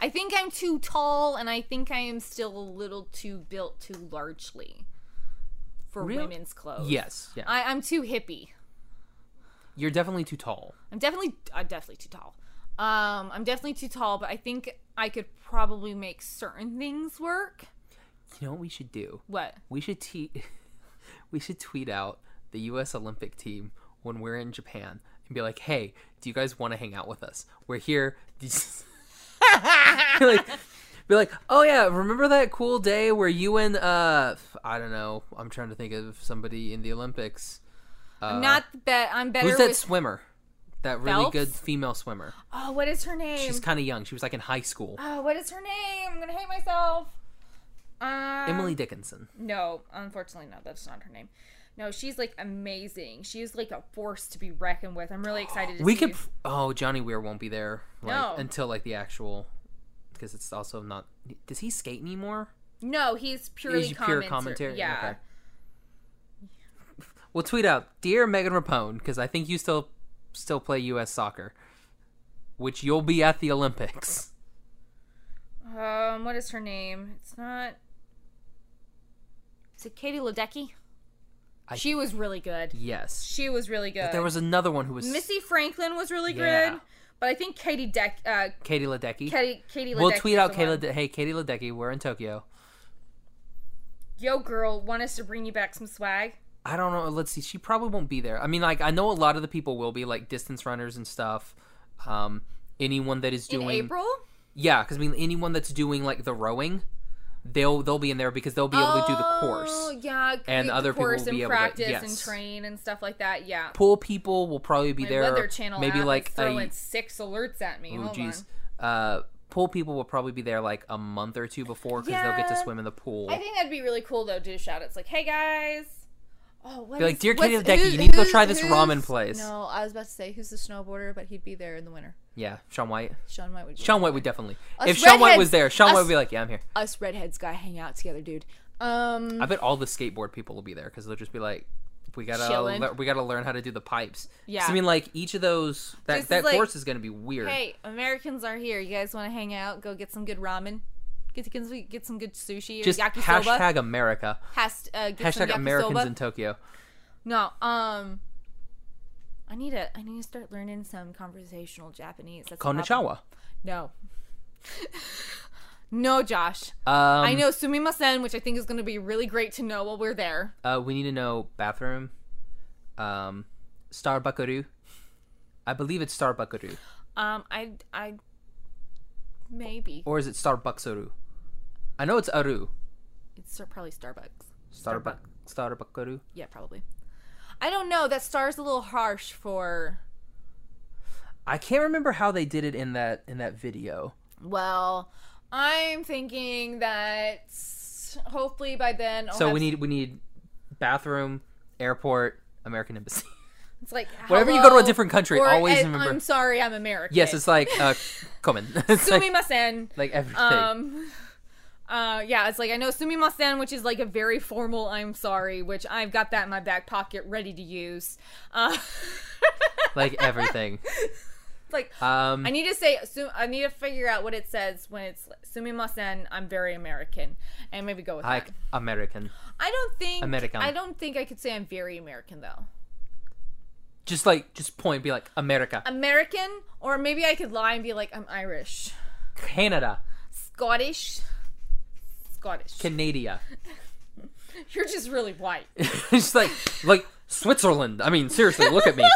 Speaker 3: I think I'm too tall, and I think I am still a little too built too largely for
Speaker 2: Real-
Speaker 3: women's clothes.
Speaker 2: Yes. Yeah.
Speaker 3: I, I'm too hippie.
Speaker 2: You're definitely too tall.
Speaker 3: I'm definitely I'm definitely too tall. Um, I'm definitely too tall, but I think I could probably make certain things work.
Speaker 2: You know what we should do?
Speaker 3: What?
Speaker 2: We should te- we should tweet out the U.S. Olympic team when we're in Japan and be like, "Hey, do you guys want to hang out with us? We're here." Do you- be like, be like, "Oh yeah, remember that cool day where you and uh, I don't know, I'm trying to think of somebody in the Olympics. Uh,
Speaker 3: Not that I'm better
Speaker 2: who's that
Speaker 3: with.
Speaker 2: swimmer? That really
Speaker 3: Phelps?
Speaker 2: good female swimmer.
Speaker 3: oh, what is her name?
Speaker 2: She's kind of young. She was like in high school.
Speaker 3: oh, what is her name? I'm gonna hate myself. Um,
Speaker 2: Emily Dickinson.
Speaker 3: No, unfortunately, no. That's not her name. No, she's like amazing. She's like a force to be reckoned with. I'm really excited. to
Speaker 2: We
Speaker 3: see
Speaker 2: could. Pr- oh, Johnny Weir won't be there like,
Speaker 3: No.
Speaker 2: until like the actual, because it's also not. Does he skate anymore?
Speaker 3: No, he's purely
Speaker 2: Is he pure
Speaker 3: commenter-
Speaker 2: commentary?
Speaker 3: Yeah.
Speaker 2: Okay. We'll tweet out, dear Megan Rapone, because I think you still still play U.S. soccer, which you'll be at the Olympics.
Speaker 3: Um, what is her name? It's not. Is it Katie Ledecky?
Speaker 2: I-
Speaker 3: She was really good.
Speaker 2: Yes.
Speaker 3: She was really good.
Speaker 2: But there was another one who was
Speaker 3: Missy Franklin was really
Speaker 2: Yeah.
Speaker 3: good, but I think Katie Deck, uh,
Speaker 2: Katie Ledecky.
Speaker 3: Katie, Katie.
Speaker 2: we'll
Speaker 3: Ledecky
Speaker 2: tweet
Speaker 3: is
Speaker 2: out
Speaker 3: the
Speaker 2: Katie.
Speaker 3: one.
Speaker 2: Lede- hey, Katie Ledecky, we're in Tokyo.
Speaker 3: Yo, girl, want us to bring you back some swag?
Speaker 2: I don't know. Let's see. She probably won't be there. I mean, like I know a lot of the people will be like distance runners and stuff. Um, anyone that is doing
Speaker 3: In April?
Speaker 2: yeah, because I mean anyone that's doing like the rowing, they'll they'll be in there because they'll be able to do the
Speaker 3: Oh,
Speaker 2: course.
Speaker 3: Yeah,
Speaker 2: And
Speaker 3: the
Speaker 2: other people
Speaker 3: course
Speaker 2: will
Speaker 3: and
Speaker 2: be able to-
Speaker 3: practice and
Speaker 2: yes.
Speaker 3: train and stuff like that. Yeah.
Speaker 2: Pool people will probably be
Speaker 3: My
Speaker 2: there.
Speaker 3: Weather Channel
Speaker 2: maybe
Speaker 3: app
Speaker 2: like
Speaker 3: is
Speaker 2: a
Speaker 3: throwing six alerts at me.
Speaker 2: oh
Speaker 3: Hold
Speaker 2: jeez.
Speaker 3: on.
Speaker 2: Uh, pool people will probably be there like a month or two before because they'll get to
Speaker 3: Yeah.
Speaker 2: swim in the pool.
Speaker 3: I think that'd be really cool though. to Do shout outs like, "Hey guys." Oh, what
Speaker 2: Be like,
Speaker 3: is-
Speaker 2: "Dear
Speaker 3: what's-
Speaker 2: Katie Ledecky,
Speaker 3: who's-
Speaker 2: you need to go
Speaker 3: who's-
Speaker 2: try this
Speaker 3: who's-"
Speaker 2: ramen place.
Speaker 4: No, I was about to say who's the snowboarder, but he'd be there in the winter.
Speaker 2: yeah, Sean White.
Speaker 4: Sean White would. be
Speaker 2: Sean
Speaker 4: there.
Speaker 2: White would definitely.
Speaker 4: Us
Speaker 2: if Sean White
Speaker 4: redheads-
Speaker 2: was there, Sean White
Speaker 4: us-
Speaker 2: would be like, "Yeah, I'm here."
Speaker 4: Us redheads gotta hang out together, dude. Um,
Speaker 2: I bet all the skateboard people will be there because they'll just be like, "We gotta,
Speaker 3: Chillin'.
Speaker 2: le- we gotta learn how to do the pipes." 'Cause,
Speaker 3: Yeah.
Speaker 2: I mean, like each of those
Speaker 3: This
Speaker 2: that
Speaker 3: is
Speaker 2: that
Speaker 3: like-
Speaker 2: course is gonna be weird.
Speaker 3: Hey, Americans are here. You guys want to hang out? Go get some good ramen. Get get some, get some good sushi or
Speaker 2: just
Speaker 3: yakisoba.
Speaker 2: hashtag America,
Speaker 3: Hast- uh, get some
Speaker 2: hashtag
Speaker 3: yakisoba.
Speaker 2: Americans in Tokyo.
Speaker 3: no, um, I need to I need to start learning some conversational Japanese. That's a problem.
Speaker 2: Konnichiwa.
Speaker 3: No. no, Josh.
Speaker 2: Um,
Speaker 3: I know sumimasen, which I think is going to be really great to know while we're there.
Speaker 2: Uh, we need to know bathroom. Um, Starbuckaroo. I believe it's Starbuckaroo,
Speaker 3: Um, I I maybe
Speaker 2: or is it Starbucksaru? I know it's Aru.
Speaker 3: it's star- probably Starbucks.
Speaker 2: Starbuck Starbuckaroo.
Speaker 3: Yeah, probably. I don't know. That star's a little harsh for.
Speaker 2: I can't remember how they did it in that in that video.
Speaker 3: Well, I'm thinking that hopefully by then. I'll
Speaker 2: So
Speaker 3: have-
Speaker 2: we need we need bathroom, airport, American embassy.
Speaker 3: It's like
Speaker 2: Whenever you go to a
Speaker 3: hello,
Speaker 2: different country,
Speaker 3: or,
Speaker 2: always
Speaker 3: "Eh,
Speaker 2: remember.
Speaker 3: I'm sorry, I'm American.
Speaker 2: Yes, it's like uh, common. It's like,
Speaker 3: sumimasen.
Speaker 2: like everything.
Speaker 3: Um, uh, yeah, it's like I know sumimasen, which is like a very formal "I'm sorry," which I've got that in my back pocket, ready to use. Uh,
Speaker 2: like everything.
Speaker 3: like
Speaker 2: Um,
Speaker 3: I need to say, su- I need to figure out what it says when it's sumimasen. I'm very American, and maybe go with
Speaker 2: like
Speaker 3: that.
Speaker 2: American.
Speaker 3: I don't think
Speaker 2: American.
Speaker 3: I don't think I could say I'm very American though.
Speaker 2: Just like just point. Be like America,
Speaker 3: Um, American, or maybe I could lie and be like I'm Irish,
Speaker 2: Canada,
Speaker 3: Scottish, Scottish.
Speaker 2: Canada.
Speaker 3: You're just really white.
Speaker 2: just like like Switzerland. I mean, seriously, look at me.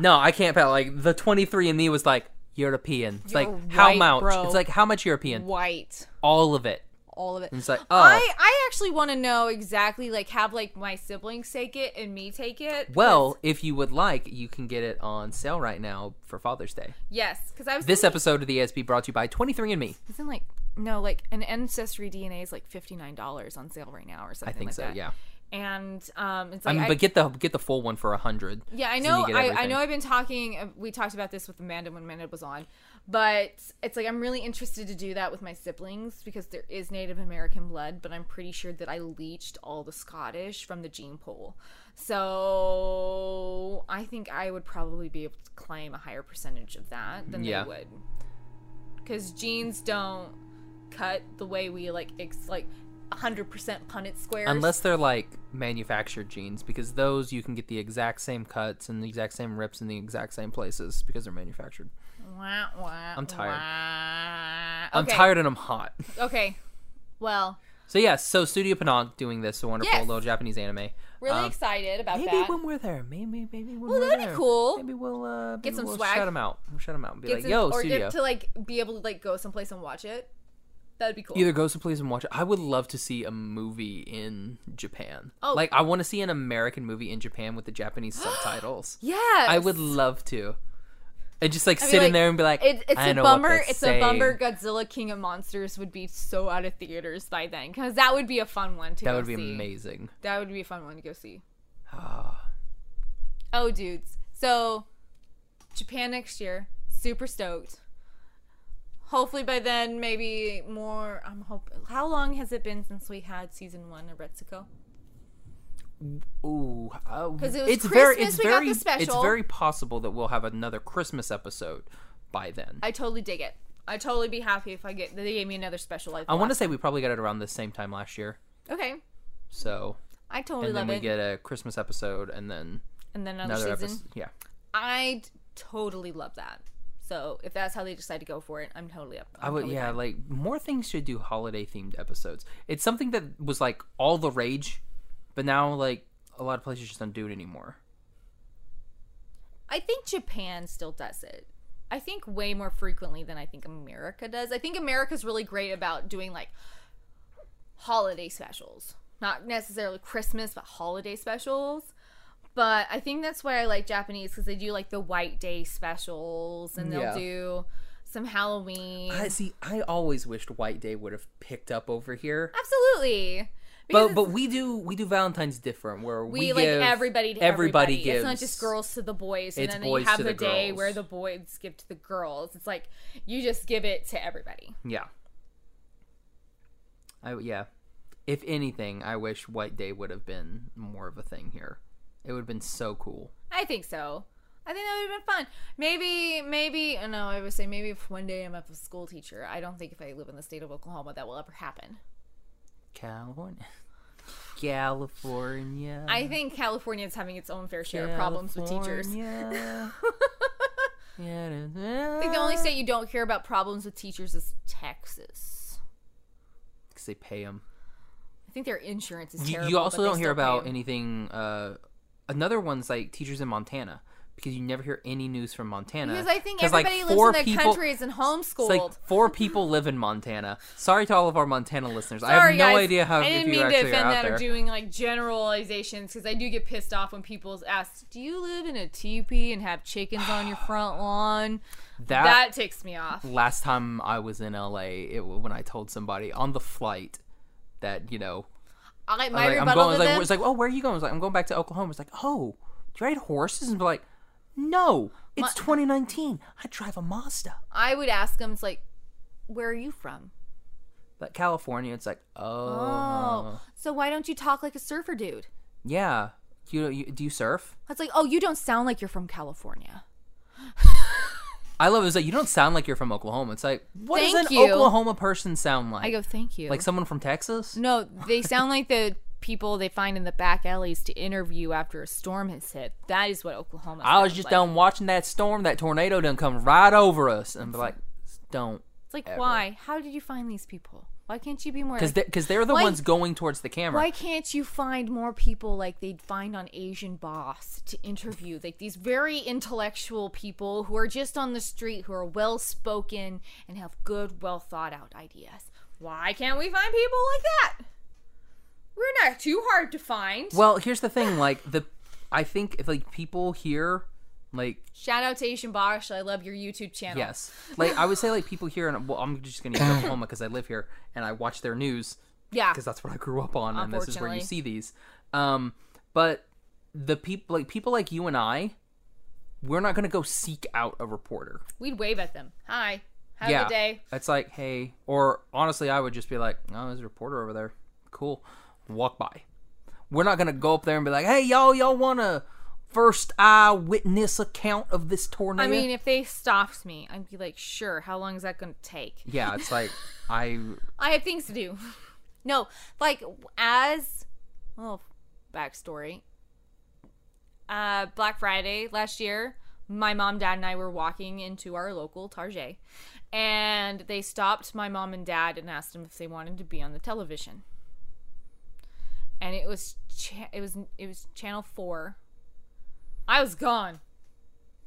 Speaker 2: No, I can't. Pat. Like the twenty three and me was like European. It's like
Speaker 3: You're
Speaker 2: how
Speaker 3: right,
Speaker 2: much?
Speaker 3: bro.
Speaker 2: It's like how much European?
Speaker 3: white,
Speaker 2: All of it.
Speaker 3: all of it.
Speaker 2: And it's like oh.
Speaker 3: I I actually want to know exactly like have like my siblings take it and me take it. 'cause-
Speaker 2: Well, if you would like, you can get it on sale right now for Father's Day.
Speaker 3: yes, because I was
Speaker 2: This
Speaker 3: thinking-
Speaker 2: episode of the ASB brought to you by 23andMe.
Speaker 3: Isn't like no, like an ancestry DNA is like fifty nine dollars on sale right now or something.
Speaker 2: I think
Speaker 3: like
Speaker 2: so,
Speaker 3: that.
Speaker 2: yeah.
Speaker 3: and um, it's
Speaker 2: I
Speaker 3: like
Speaker 2: mean,
Speaker 3: I-
Speaker 2: but get the get the full one for a hundred.
Speaker 3: yeah, I
Speaker 2: so you
Speaker 3: know.
Speaker 2: get
Speaker 3: I, I
Speaker 2: everything.
Speaker 3: know. I've been talking. uh, We talked about this with Amanda when Amanda was on, but it's like I'm really interested to do that with my siblings because there is Native American blood, but I'm pretty sure that I leached all the Scottish from the gene pool. So I think I would probably be able to claim a higher percentage of that than
Speaker 2: Yeah.
Speaker 3: they would, because genes don't cut the way we like. It's like 100% Punnett squares.
Speaker 2: Unless they're like manufactured jeans, because those you can get the exact same cuts and the exact same rips in the exact same places because they're manufactured.
Speaker 3: Wah, wah,
Speaker 2: I'm tired.
Speaker 3: wah.
Speaker 2: I'm
Speaker 3: Okay.
Speaker 2: tired and I'm hot.
Speaker 3: Okay. Well,
Speaker 2: So yeah, so Studio Panong doing this wonderful
Speaker 3: Yes.
Speaker 2: little Japanese anime.
Speaker 3: really
Speaker 2: Um,
Speaker 3: excited about
Speaker 2: Maybe
Speaker 3: that.
Speaker 2: when we're there, maybe maybe when
Speaker 3: Well,
Speaker 2: we're
Speaker 3: that'd be
Speaker 2: there,
Speaker 3: cool.
Speaker 2: Maybe we'll uh, maybe
Speaker 3: some
Speaker 2: we'll
Speaker 3: swag.
Speaker 2: Shut them out. We'll shut them out and be
Speaker 3: Get
Speaker 2: like,
Speaker 3: some-
Speaker 2: "Yo,
Speaker 3: or get
Speaker 2: studio."
Speaker 3: to like be able to like go someplace and watch it. That'd be cool.
Speaker 2: Either go someplace and watch it. I would love to see a movie in Japan.
Speaker 3: Oh.
Speaker 2: Like I want to see an American movie in Japan with the Japanese subtitles.
Speaker 3: yeah.
Speaker 2: I would love to. And just like
Speaker 3: I mean,
Speaker 2: sit in
Speaker 3: like,
Speaker 2: there and be like,
Speaker 3: It, it's
Speaker 2: I
Speaker 3: a
Speaker 2: know what
Speaker 3: bummer.
Speaker 2: they're
Speaker 3: It's a
Speaker 2: saying."
Speaker 3: bummer. Godzilla King of Monsters would be so out of theaters by then because that would be a fun one to
Speaker 2: That
Speaker 3: go
Speaker 2: would be
Speaker 3: see.
Speaker 2: amazing.
Speaker 3: That would be a fun one to go see. Oh, dudes. So, Japan next year. Super stoked. Hopefully by then, maybe more. I'm hope. How long has it been since we had season one of Retsuko?
Speaker 2: Ooh, because
Speaker 3: it was
Speaker 2: it's very,
Speaker 3: Christmas,
Speaker 2: it's
Speaker 3: we got
Speaker 2: very,
Speaker 3: the special.
Speaker 2: it's very possible that we'll have another Christmas episode by then. I,
Speaker 3: I totally dig it. I totally be happy if I get. They gave me another special. Like
Speaker 2: want to say we probably got it around the same time last year.
Speaker 3: Okay.
Speaker 2: So,
Speaker 3: I totally
Speaker 2: and
Speaker 3: love
Speaker 2: then we
Speaker 3: it.
Speaker 2: get a Christmas episode, and then
Speaker 3: and then another,
Speaker 2: another
Speaker 3: season.
Speaker 2: episode. Yeah,
Speaker 3: I totally love that. So if that's how they decide to go for it, I'm totally up.
Speaker 2: I would. Yeah, like more things should do holiday themed episodes. It's something that was like all the rage, but now like a lot of places just don't do it anymore.
Speaker 3: I think Japan still does it. I think way more frequently than I think America does. I think America's really great about doing like holiday specials. Not necessarily Christmas, but holiday specials. But I think that's why I like Japanese because they do like the White Day specials and they'll
Speaker 2: Yeah.
Speaker 3: do some Halloween.
Speaker 2: I see. I always wished White Day would have picked up over here.
Speaker 3: Absolutely. Because
Speaker 2: But but we do we do Valentine's different where we,
Speaker 3: we, like
Speaker 2: give-
Speaker 3: everybody to
Speaker 2: everybody
Speaker 3: everybody.
Speaker 2: gives
Speaker 3: It's not just girls to the boys, and
Speaker 2: It's
Speaker 3: then
Speaker 2: boys
Speaker 3: you have
Speaker 2: to
Speaker 3: the,
Speaker 2: the
Speaker 3: day
Speaker 2: girls.
Speaker 3: where the boys give to the girls. It's like you just give it to everybody.
Speaker 2: Yeah. I yeah. If anything, I wish White Day would have been more of a thing here. It would have been so cool.
Speaker 3: I think so. I think that would have been fun. Maybe, maybe. oh, No, I would say maybe if one day I'm a school teacher. I don't think if I live in the state of Oklahoma that will ever happen.
Speaker 2: California. California.
Speaker 3: I think California is having its own fair share of problems with teachers. I
Speaker 2: Mm. California. yeah.
Speaker 3: think the only state you don't hear about problems with teachers is Texas.
Speaker 2: Because they pay them.
Speaker 3: I think their insurance is
Speaker 2: You,
Speaker 3: terrible.
Speaker 2: you also
Speaker 3: but they
Speaker 2: don't hear
Speaker 3: still pay
Speaker 2: about
Speaker 3: 'em.
Speaker 2: anything. Uh, another one's like teachers in Montana because you never hear any news from Montana.
Speaker 3: Because I think
Speaker 2: 'Cause, like,
Speaker 3: everybody
Speaker 2: four
Speaker 3: lives in their
Speaker 2: people-
Speaker 3: countries and homeschooled.
Speaker 2: It's like four people live in Montana. Sorry to all of our Montana listeners. I
Speaker 3: Sorry,
Speaker 2: have no
Speaker 3: guys.
Speaker 2: idea how if
Speaker 3: I didn't
Speaker 2: you
Speaker 3: mean to
Speaker 2: actually
Speaker 3: offend
Speaker 2: are out
Speaker 3: that
Speaker 2: there.
Speaker 3: or doing like generalizations because I do get pissed off when people ask, "Do you live in a teepee and have chickens on your front lawn?"
Speaker 2: that,
Speaker 3: That, ticks me off.
Speaker 2: last time I was in LA, it, when I told somebody on the flight that you know,
Speaker 3: I,
Speaker 2: I
Speaker 3: my
Speaker 2: was like, I'm going.
Speaker 3: rebuttal to
Speaker 2: It's like,
Speaker 3: them,
Speaker 2: it's like, oh, where are you going? It's like, I'm going back to Oklahoma. It's like, oh, do you ride horses? And be like, no, it's 2019. I drive a Mazda.
Speaker 3: I would ask them, "It's like, where are you from?
Speaker 2: But California, it's like, oh,
Speaker 3: Oh, so why don't you talk like a surfer dude?"
Speaker 2: yeah. You, you do you surf?
Speaker 3: That's like, "Oh, you don't sound like you're from California."
Speaker 2: I love it. It's like you don't sound like you're from Oklahoma. It's like what does
Speaker 3: Thank
Speaker 2: an
Speaker 3: you.
Speaker 2: Oklahoma person sound like?
Speaker 3: I go, "Thank you."
Speaker 2: like someone from Texas?
Speaker 3: No, they sound like the people they find in the back alleys to interview after a storm has hit. That is what Oklahoma.
Speaker 2: I was
Speaker 3: sounds
Speaker 2: just
Speaker 3: like.
Speaker 2: down watching that storm. That tornado done come right over us, and be like, don't,
Speaker 3: It's like, why? How did you find these people? Why can't you be more?
Speaker 2: because
Speaker 3: like-
Speaker 2: because they're the
Speaker 3: Why-
Speaker 2: ones going towards the camera.
Speaker 3: why can't you find more people like they'd find on Asian Boss to interview? Like these very intellectual people who are just on the street, who are well spoken and have good, well thought out ideas. Why can't we find people like that? We're not too hard to find.
Speaker 2: Well, here's the thing. Like the, I think if like people here, like
Speaker 3: Shout out to Asian Boss. I love your YouTube channel.
Speaker 2: yes, like I would say like people here, and well, I'm just gonna use Oklahoma because I live here and I watch their news
Speaker 3: Yeah.
Speaker 2: because that's what I grew up on, and this is where you
Speaker 3: Unfortunately.
Speaker 2: see these. Um, but the people like people like you and I, we're not gonna go seek out a reporter.
Speaker 3: We'd wave at them. Hi. Have
Speaker 2: yeah,
Speaker 3: a day.
Speaker 2: it's like hey, or honestly, I would just be like, oh, there's a reporter over there. Cool, walk by. We're not gonna go up there and be like, hey, y'all, y'all want a first eyewitness account of this tornado?
Speaker 3: I mean, if they stopped me, I'd be like, sure, how long is that going to take?
Speaker 2: yeah, it's like I
Speaker 3: I have things to do.
Speaker 4: No, like as oh backstory.
Speaker 3: Uh, Black Friday last year, my mom, dad, and I were walking into our local Target, and they stopped my mom and dad and asked them if they wanted to be on the television. And it was cha- it was it was Channel Four. I was gone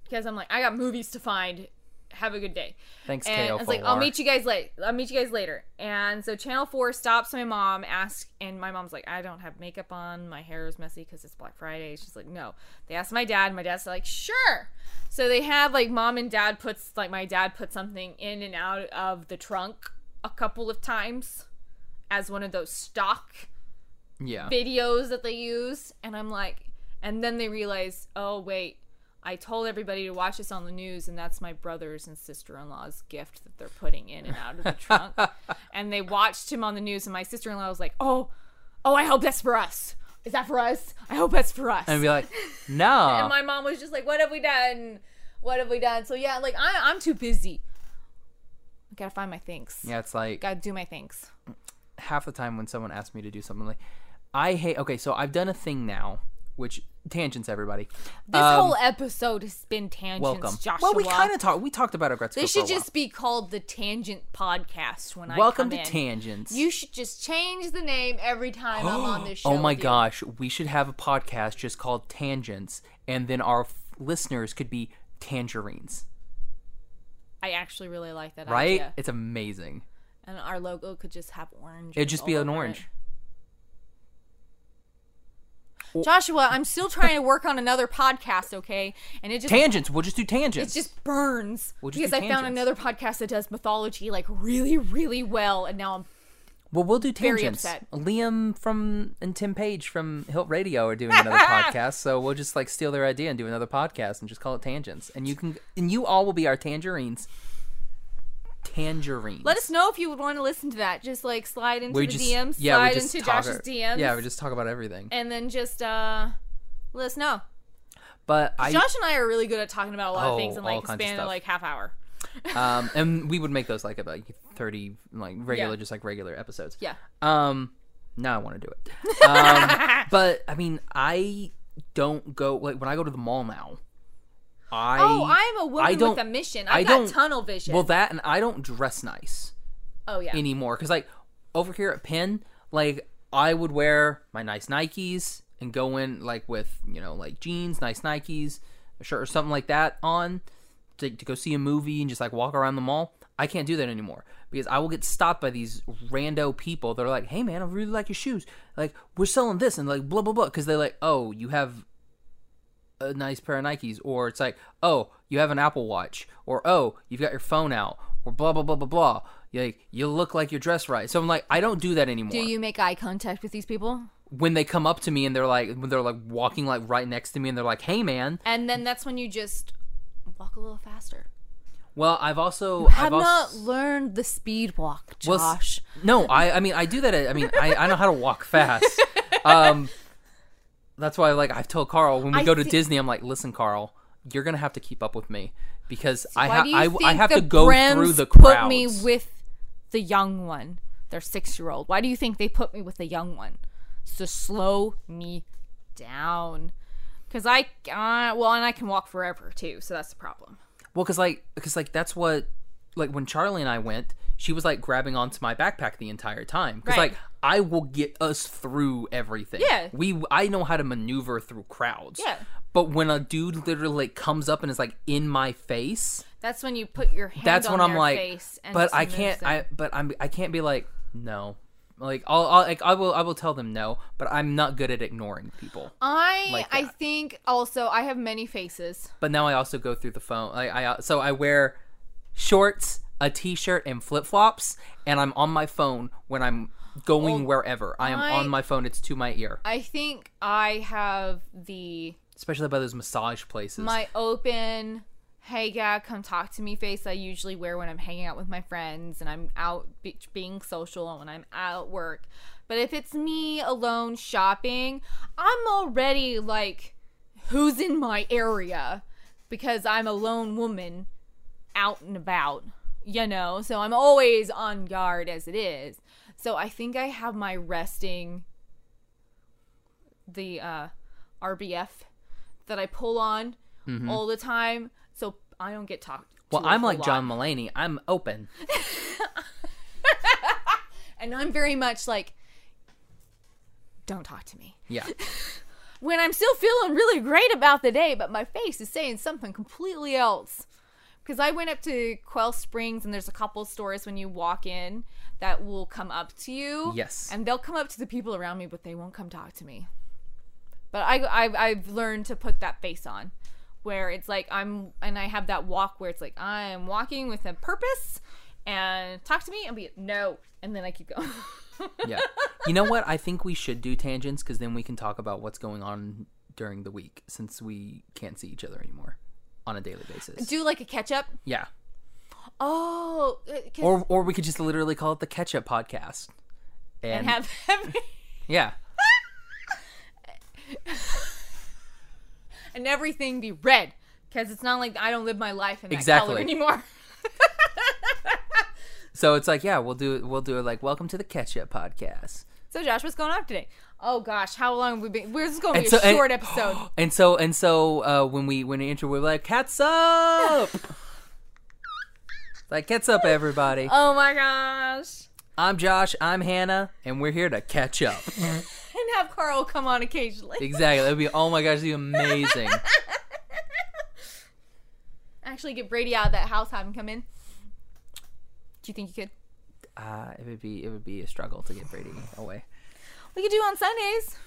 Speaker 3: because I'm like I got movies to find. Have a good day.
Speaker 2: thanks.
Speaker 3: and I
Speaker 2: KO
Speaker 3: was like, I'll meet you guys late. I'll meet you guys later. And so Channel Four stops my mom, asks, and my mom's like, I don't have makeup on, my hair is messy because it's Black Friday. She's like, no. They asked my dad. and My dad's like, sure. So they have like mom and dad puts like my dad put something in and out of the trunk a couple of times as one of those stock
Speaker 2: Yeah,
Speaker 3: videos that they use and i'm like and then they realize oh wait i told everybody to watch this on the news and that's my brother's and sister-in-law's gift that they're putting in and out of the trunk and they watched him on the news and my sister-in-law was like oh oh i hope that's for us is that for us i hope that's for us
Speaker 2: and be like, no.
Speaker 3: and my mom was just like what have we done what have we done so yeah like I, i'm too busy i gotta find my things
Speaker 2: yeah, it's like
Speaker 3: gotta do my things
Speaker 2: half the time when someone asks me to do something like I hate okay, so I've done a thing now, which tangents everybody.
Speaker 3: this whole episode has been tangents
Speaker 2: Um, Welcome.
Speaker 3: joshua
Speaker 2: Well, we kind of talked. We talked about Ogretzko.
Speaker 3: This
Speaker 2: for a
Speaker 3: should just be called the Tangent Podcast when I
Speaker 2: while. welcome to
Speaker 3: come in.
Speaker 2: tangents.
Speaker 3: You should just change the name every time I'm on this show.
Speaker 2: oh my
Speaker 3: with you.
Speaker 2: gosh, we should have a podcast just called Tangents, and then our f- listeners could be tangerines.
Speaker 3: I actually really like that
Speaker 2: Right?
Speaker 3: idea.
Speaker 2: It's amazing.
Speaker 4: And our logo could just have orange.
Speaker 2: It'd just be
Speaker 3: oh
Speaker 4: all
Speaker 2: an
Speaker 4: over
Speaker 2: orange.
Speaker 4: it. Joshua, I'm still trying to work on another podcast, okay?
Speaker 3: And it just
Speaker 2: Tangents. We'll just do
Speaker 3: it
Speaker 2: tangents.
Speaker 3: just burns
Speaker 2: We'll just do
Speaker 3: because I found
Speaker 2: tangents.
Speaker 3: another podcast that does mythology like really really well, and now I'm
Speaker 2: well, we'll do
Speaker 3: very
Speaker 2: tangents.
Speaker 3: upset.
Speaker 2: Liam from and Tim Page from Hilt Radio are doing another podcast, so we'll just like steal their idea and do another podcast and just call it Tangents. And you can and you all will be our tangerines. Tangerines.
Speaker 3: let us know if you would want to listen to that. Just like slide into the DMs,
Speaker 2: yeah,
Speaker 3: slide
Speaker 2: we just
Speaker 3: into
Speaker 2: talk
Speaker 3: Josh's
Speaker 2: our-
Speaker 3: DMs,
Speaker 2: Yeah, we just talk about everything.
Speaker 3: and then just uh let us know.
Speaker 2: But I
Speaker 3: Josh and I are really good at talking about a lot
Speaker 2: Oh,
Speaker 3: of things in
Speaker 2: all
Speaker 3: like
Speaker 2: kinds
Speaker 3: a
Speaker 2: of
Speaker 3: span of
Speaker 2: stuff.
Speaker 3: like half hour.
Speaker 2: um and we would make those like about thirty like regular
Speaker 3: Yeah.
Speaker 2: just like regular episodes.
Speaker 3: Yeah.
Speaker 2: Um now I want to do it. Um, but I mean I don't go like when I go to the mall now. I
Speaker 3: Oh, I'm
Speaker 2: I
Speaker 3: a woman
Speaker 2: don't-
Speaker 3: with a mission.
Speaker 2: I
Speaker 3: I,
Speaker 2: don't-
Speaker 3: got tunnel vision.
Speaker 2: well that and I don't dress nice
Speaker 3: oh yeah.
Speaker 2: anymore because like over here at Penn like I would wear my nice Nikes and go in like with you know like jeans, nice Nikes, a shirt or something like that on to, to go see a movie and just like walk around the mall. I can't do that anymore because I will get stopped by these rando people that are like, "Hey man, I really like your shoes. Like we're selling this and like blah blah blah." Because they're like, "Oh, you have a nice pair of Nikes," or it's like, "Oh, you have an Apple Watch," or "Oh, you've got your phone out," or blah blah blah blah blah. Like you look like you're dressed right. So I'm like, I don't do that anymore.
Speaker 4: Do you make eye contact with these people?
Speaker 2: when they come up to me and they're like, when they're like walking like right next to me and they're like, "Hey man,"
Speaker 4: And then that's when you just walk a little faster.
Speaker 2: well, I've also
Speaker 4: i
Speaker 2: I've
Speaker 4: Have not
Speaker 2: also,
Speaker 4: learned the speed walk,
Speaker 2: Well, s-
Speaker 4: Josh.
Speaker 2: No, I I mean I do that. At, I mean I, I know how to walk fast. Um, that's why like I've told Carl when we
Speaker 3: I
Speaker 2: go to
Speaker 3: thi-
Speaker 2: Disney, I'm like, listen, Carl, you're gonna have to keep up with me because I
Speaker 4: Why
Speaker 2: ha-
Speaker 4: do you
Speaker 2: I,
Speaker 4: think
Speaker 2: I have
Speaker 4: the
Speaker 2: to go through
Speaker 4: Brems
Speaker 2: the crowds.
Speaker 4: put me with the young one, their six year old? Why do you think they put me with the young one?
Speaker 3: So slow me down. Cause I uh, well, and I can walk forever too, so that's the problem.
Speaker 2: Well, because like because like that's what like when Charlie and I went, she was like grabbing onto my backpack the entire time because
Speaker 3: Right.
Speaker 2: like I will get us through everything.
Speaker 3: Yeah.
Speaker 2: we I know how to maneuver through crowds.
Speaker 3: Yeah.
Speaker 2: but when a dude literally like, comes up and is like in my face,
Speaker 3: That's when you put your hand.
Speaker 2: that's
Speaker 3: on
Speaker 2: when I'm
Speaker 3: their
Speaker 2: like,
Speaker 3: face and
Speaker 2: but
Speaker 3: just
Speaker 2: I
Speaker 3: move
Speaker 2: can't.
Speaker 3: them.
Speaker 2: I but I'm I can't be like no. Like I'll, I'll like I will I will tell them no, but I'm not good at ignoring people.
Speaker 3: I
Speaker 2: like
Speaker 3: I
Speaker 2: that.
Speaker 3: think also I have many faces.
Speaker 2: But now I also go through the phone. I, I so I wear shorts, a t-shirt, and flip flops, and I'm on my phone when I'm going
Speaker 5: Well,
Speaker 2: wherever. I am
Speaker 5: I-
Speaker 2: on my phone. It's to my ear,
Speaker 3: I think I have the
Speaker 2: especially by those massage places.
Speaker 3: my open hey yeah come talk to me face i usually wear when i'm hanging out with my friends and i'm out be- being social and when i'm at work but if it's me alone shopping i'm already like who's in my area because i'm a lone woman out and about you know so i'm always on guard as it is so i think i have my resting the uh rbf that i pull on all the time so i don't get talked to
Speaker 2: Mm-hmm. well,
Speaker 3: a
Speaker 2: I'm
Speaker 3: whole
Speaker 2: like
Speaker 3: lot.
Speaker 2: John Mulaney. I'm open.
Speaker 3: and i'm very much like don't talk to me
Speaker 2: Yeah.
Speaker 3: when i'm still feeling really great about the day but my face is saying something completely else because i went up to quell springs and there's a couple stores when you walk in that will come up to you
Speaker 2: Yes.
Speaker 3: and they'll come up to the people around me but they won't come talk to me but I, I i've learned to put that face on where it's like i'm and i have that walk where it's like i'm walking with a purpose and talk to me and be no and then i keep going
Speaker 2: yeah. You know what? I think we should do tangents because then we can talk about what's going on during the week since we can't see each other anymore on a daily basis.
Speaker 3: do like a catch up
Speaker 2: yeah.
Speaker 3: oh uh, 'cause-
Speaker 2: Or or we could just literally call it the Catch Up Podcast. And,
Speaker 3: and have
Speaker 2: yeah,
Speaker 3: and everything be red because it's not like i don't live my life in that color
Speaker 2: Exactly.
Speaker 3: anymore
Speaker 2: so it's like yeah, we'll do we'll do it like welcome to the Catch Up Podcast.
Speaker 3: so josh what's going on today oh gosh how long have we been we're just going to be
Speaker 2: And
Speaker 3: a
Speaker 2: so- and-
Speaker 3: short episode
Speaker 2: And so and so uh, when we when we enter, we're like cats up, like cats up, everybody.
Speaker 3: oh my gosh
Speaker 2: I'm Josh. I'm Hannah, and we're here to catch up.
Speaker 3: and have carl come on occasionally
Speaker 2: exactly. That'd be oh my gosh, it'd be amazing.
Speaker 3: actually get Brady out of that house, have him come in. Do you think you could?
Speaker 2: Uh, it would be it would be a struggle to get Brady away.
Speaker 3: We could do on Sundays.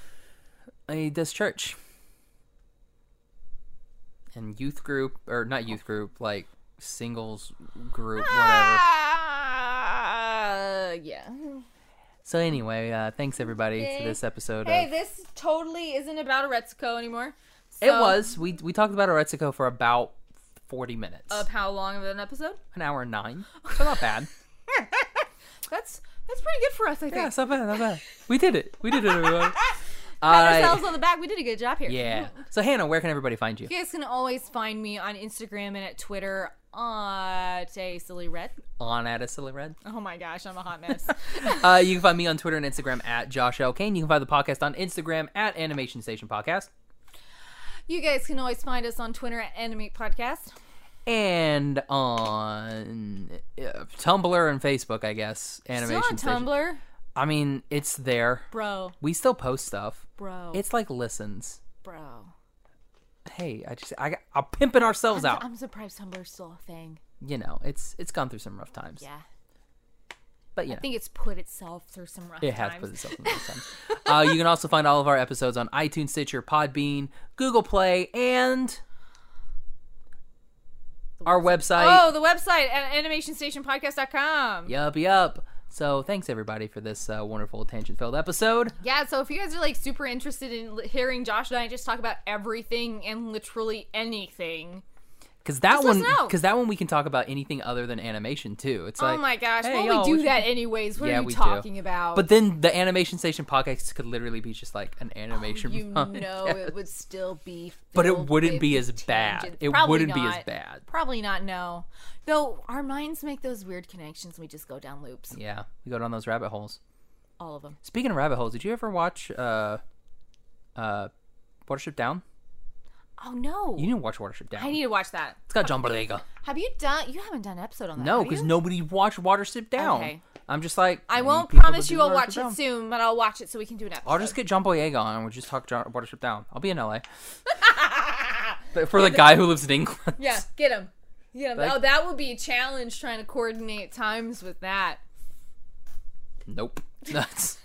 Speaker 2: He does church and youth group, or not youth group, like singles group, whatever.
Speaker 3: Ah, yeah.
Speaker 2: So anyway, uh, thanks everybody for
Speaker 3: Okay.
Speaker 2: this episode.
Speaker 3: Hey,
Speaker 2: of-
Speaker 3: this totally isn't about a Retsuko anymore.
Speaker 2: it was we we talked about Oretzico for about forty minutes,
Speaker 3: Of how long of an episode?
Speaker 2: an hour and nine. So not bad.
Speaker 3: That's that's pretty good for us, I think.
Speaker 2: yeah, it's not bad, not bad. We did it. We did it, everyone.
Speaker 3: Pat
Speaker 2: All
Speaker 3: ourselves
Speaker 2: right.
Speaker 3: on the back. We did a good job here.
Speaker 2: Yeah. So Hannah, where can everybody find you?
Speaker 3: You guys can always find me on Instagram and at Twitter at a silly red.
Speaker 2: On at a silly red.
Speaker 3: Oh my gosh, I'm a hot mess.
Speaker 2: Uh, you can find me on Twitter and Instagram at Josh L. Kane. You can find the podcast on Instagram at Animation Station Podcast.
Speaker 3: you guys can always find us on Twitter at Animate Podcast.
Speaker 2: And on uh, Tumblr and Facebook, I guess.
Speaker 3: Still
Speaker 2: Animation
Speaker 3: on
Speaker 2: Station.
Speaker 3: Tumblr,
Speaker 2: I mean, it's there.
Speaker 3: bro,
Speaker 2: We still post stuff.
Speaker 3: bro,
Speaker 2: It's like listens.
Speaker 3: bro.
Speaker 2: Hey, I just I got I'm pimping ourselves out.
Speaker 3: I'm surprised Tumblr's still a thing.
Speaker 2: You know, it's it's gone through some rough times.
Speaker 3: Yeah.
Speaker 2: But you know.
Speaker 3: I think it's put itself through some rough
Speaker 2: It has
Speaker 3: times.
Speaker 2: put itself in those times. uh, you can also find all of our episodes on iTunes, Stitcher, Podbean, Google Play, and our website.
Speaker 3: oh, the website at animationstationpodcast.com.
Speaker 2: Yup, yup. So thanks everybody for this uh, wonderful tangent-filled episode.
Speaker 3: Yeah, so if you guys are like super interested in li- hearing Josh and I just talk about everything and literally anything.
Speaker 2: Because that one,
Speaker 3: listen out.
Speaker 2: because that one, we can talk about anything other than animation too. It's
Speaker 3: oh
Speaker 2: like,
Speaker 3: my gosh,
Speaker 2: hey,
Speaker 3: well
Speaker 2: y'all,
Speaker 3: we
Speaker 2: what
Speaker 3: do
Speaker 2: you-
Speaker 3: that anyways. What
Speaker 2: Yeah,
Speaker 3: are you
Speaker 2: we do.
Speaker 3: talking about?
Speaker 2: But then the animation station podcast could literally be just like an animation.
Speaker 3: Oh, you
Speaker 2: podcast.
Speaker 3: know it would still be
Speaker 2: Oh, but it
Speaker 3: filled
Speaker 2: wouldn't
Speaker 3: with
Speaker 2: be as
Speaker 3: tangents.
Speaker 2: bad. It
Speaker 3: Probably
Speaker 2: wouldn't be as
Speaker 3: not.
Speaker 2: bad.
Speaker 3: Probably not, no. Though our minds make those weird connections we just go down loops.
Speaker 2: Yeah, we go down those rabbit holes.
Speaker 3: All of them.
Speaker 2: Speaking of rabbit holes, did you ever watch uh uh Watership Down?
Speaker 3: Oh no.
Speaker 2: You didn't watch Watership Down.
Speaker 3: I need to watch that.
Speaker 2: it's got John Boyega.
Speaker 3: Have you done? You haven't done an episode on that.
Speaker 2: No,
Speaker 3: have
Speaker 2: because
Speaker 3: you?
Speaker 2: nobody watched Watership Down.
Speaker 3: Okay.
Speaker 2: I'm just like
Speaker 3: I
Speaker 2: need
Speaker 3: won't
Speaker 2: people to
Speaker 3: promise
Speaker 2: do
Speaker 3: you I'll
Speaker 2: Watership
Speaker 3: watch
Speaker 2: Down.
Speaker 3: it soon, but I'll watch it so we can do an episode.
Speaker 2: I'll just get John Boyega on and we'll just talk John, Watership Down. I'll be in LA. But for the guy who lives in England.
Speaker 3: yeah, get him. Yeah.
Speaker 2: Like-
Speaker 3: oh, that would be a challenge trying to coordinate times with that.
Speaker 2: Nope. That's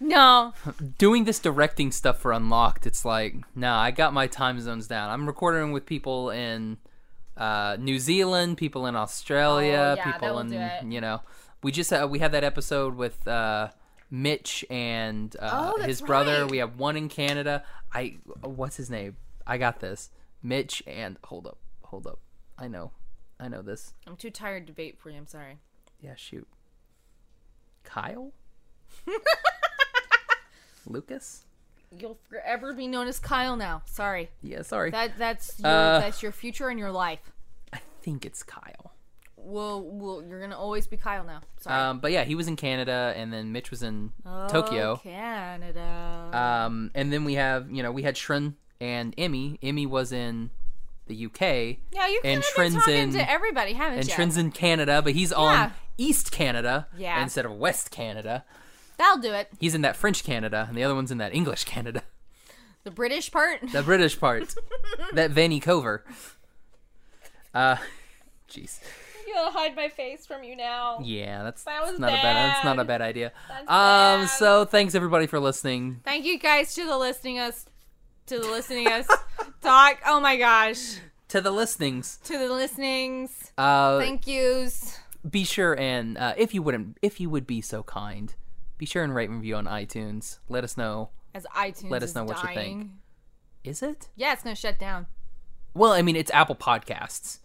Speaker 3: No,
Speaker 2: doing this directing stuff for Unlocked. It's like, nah, I got my time zones down. I'm recording with people in uh, New Zealand, people in Australia,
Speaker 3: Oh, yeah, that
Speaker 2: people
Speaker 3: will do it.
Speaker 2: in you know we just uh, we had that episode with uh, Mitch and uh,
Speaker 6: Oh, that's
Speaker 2: his brother.
Speaker 6: right.
Speaker 2: We have one in Canada. I what's his name? I got this. Mitch and hold up, hold up. I know, I know this.
Speaker 3: I'm too tired to debate for you. I'm sorry.
Speaker 2: Yeah, shoot. Kyle. Lucas.
Speaker 3: You'll forever be known as Kyle now. Sorry.
Speaker 2: Yeah, sorry.
Speaker 3: That that's your,
Speaker 2: Uh.
Speaker 3: that's your future and your life.
Speaker 2: I think it's Kyle.
Speaker 3: Well, well, you're gonna always be Kyle now. Sorry.
Speaker 2: Um, but yeah, he was in Canada, and then Mitch was in Tokyo.
Speaker 3: Oh, Canada.
Speaker 2: Um, and then we have, you know, we had Shren and Emmy. Emmy was in the UK,
Speaker 3: yeah, you kind
Speaker 2: and
Speaker 3: of been
Speaker 2: Trin's
Speaker 3: talking
Speaker 2: in-
Speaker 3: to everybody, haven't
Speaker 2: and
Speaker 3: you?
Speaker 2: Shren's in Canada, but he's on
Speaker 3: Yeah.
Speaker 2: East Canada
Speaker 3: Yeah.
Speaker 2: instead of West Canada.
Speaker 3: That'll do it.
Speaker 2: He's in that French Canada, and the other one's in that English Canada,
Speaker 3: The British part.
Speaker 2: the British part, that Vanny Cover. Uh, jeez,
Speaker 6: You'll hide my face from you now.
Speaker 2: yeah, that's,
Speaker 6: That was
Speaker 2: that's not a bad that's not a
Speaker 6: bad.
Speaker 2: bad idea.
Speaker 6: That's
Speaker 2: um,
Speaker 6: bad.
Speaker 2: so thanks everybody for listening.
Speaker 3: Thank you guys to the listening us to the listening us talk. Oh my gosh.
Speaker 2: To the listenings,
Speaker 3: To the listenings.
Speaker 2: uh,
Speaker 3: Thank yous.
Speaker 2: be sure and uh, if you wouldn't if you would be so kind be sure and rate and review on itunes let us know
Speaker 3: As iTunes.
Speaker 2: Let us
Speaker 3: is
Speaker 2: know what you
Speaker 3: dying.
Speaker 2: think. is it
Speaker 3: Yeah, it's gonna shut down.
Speaker 2: well i mean it's apple podcasts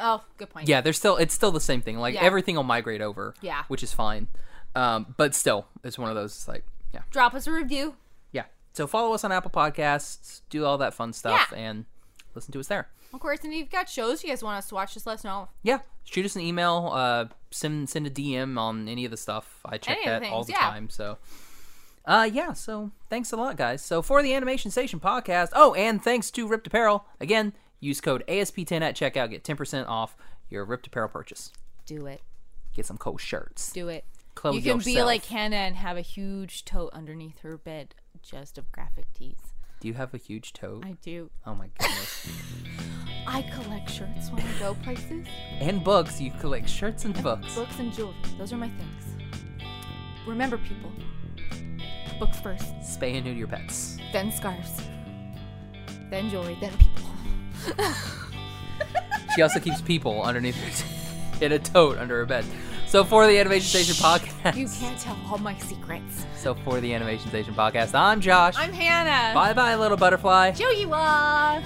Speaker 3: Oh, good point.
Speaker 2: yeah they're still it's still the same thing like
Speaker 3: Yeah.
Speaker 2: everything will migrate over
Speaker 3: Yeah.
Speaker 2: which is fine um, but still it's one of those it's like yeah
Speaker 3: Drop us a review.
Speaker 2: yeah so follow us on apple podcasts do all that fun stuff and listen to us there
Speaker 3: Of course, and if you've got shows you guys want us to watch, just let us know.
Speaker 2: yeah shoot us an email uh, send send a dm on any of the stuff i check
Speaker 3: Any of the
Speaker 2: that all
Speaker 3: things,
Speaker 2: the
Speaker 3: yeah.
Speaker 2: time so uh yeah so thanks a lot guys so for the animation station podcast oh and thanks to ripped apparel again use code asp10 at checkout get 10% off your ripped apparel purchase
Speaker 3: Do it.
Speaker 2: get some cool shirts
Speaker 3: Do it.
Speaker 2: Clothe
Speaker 3: you can be
Speaker 2: yourself.
Speaker 3: like Hannah and have a huge tote underneath her bed just of graphic tees.
Speaker 2: do you have a huge toe
Speaker 3: I do.
Speaker 2: oh my goodness
Speaker 3: I collect shirts when I go places.
Speaker 2: and books you collect shirts and books
Speaker 3: Books and jewelry. Those are my things. Remember, people. Books first,
Speaker 2: spay and neuter your pets
Speaker 3: then scarves, then jewelry, then people.
Speaker 2: She also keeps people underneath her in a tote under her bed. So for the Animation Station podcast.
Speaker 3: You can't tell all my secrets.
Speaker 2: So for the Animation Station podcast, I'm Josh.
Speaker 3: I'm Hannah.
Speaker 2: bye bye, little butterfly.
Speaker 3: Joe, you are.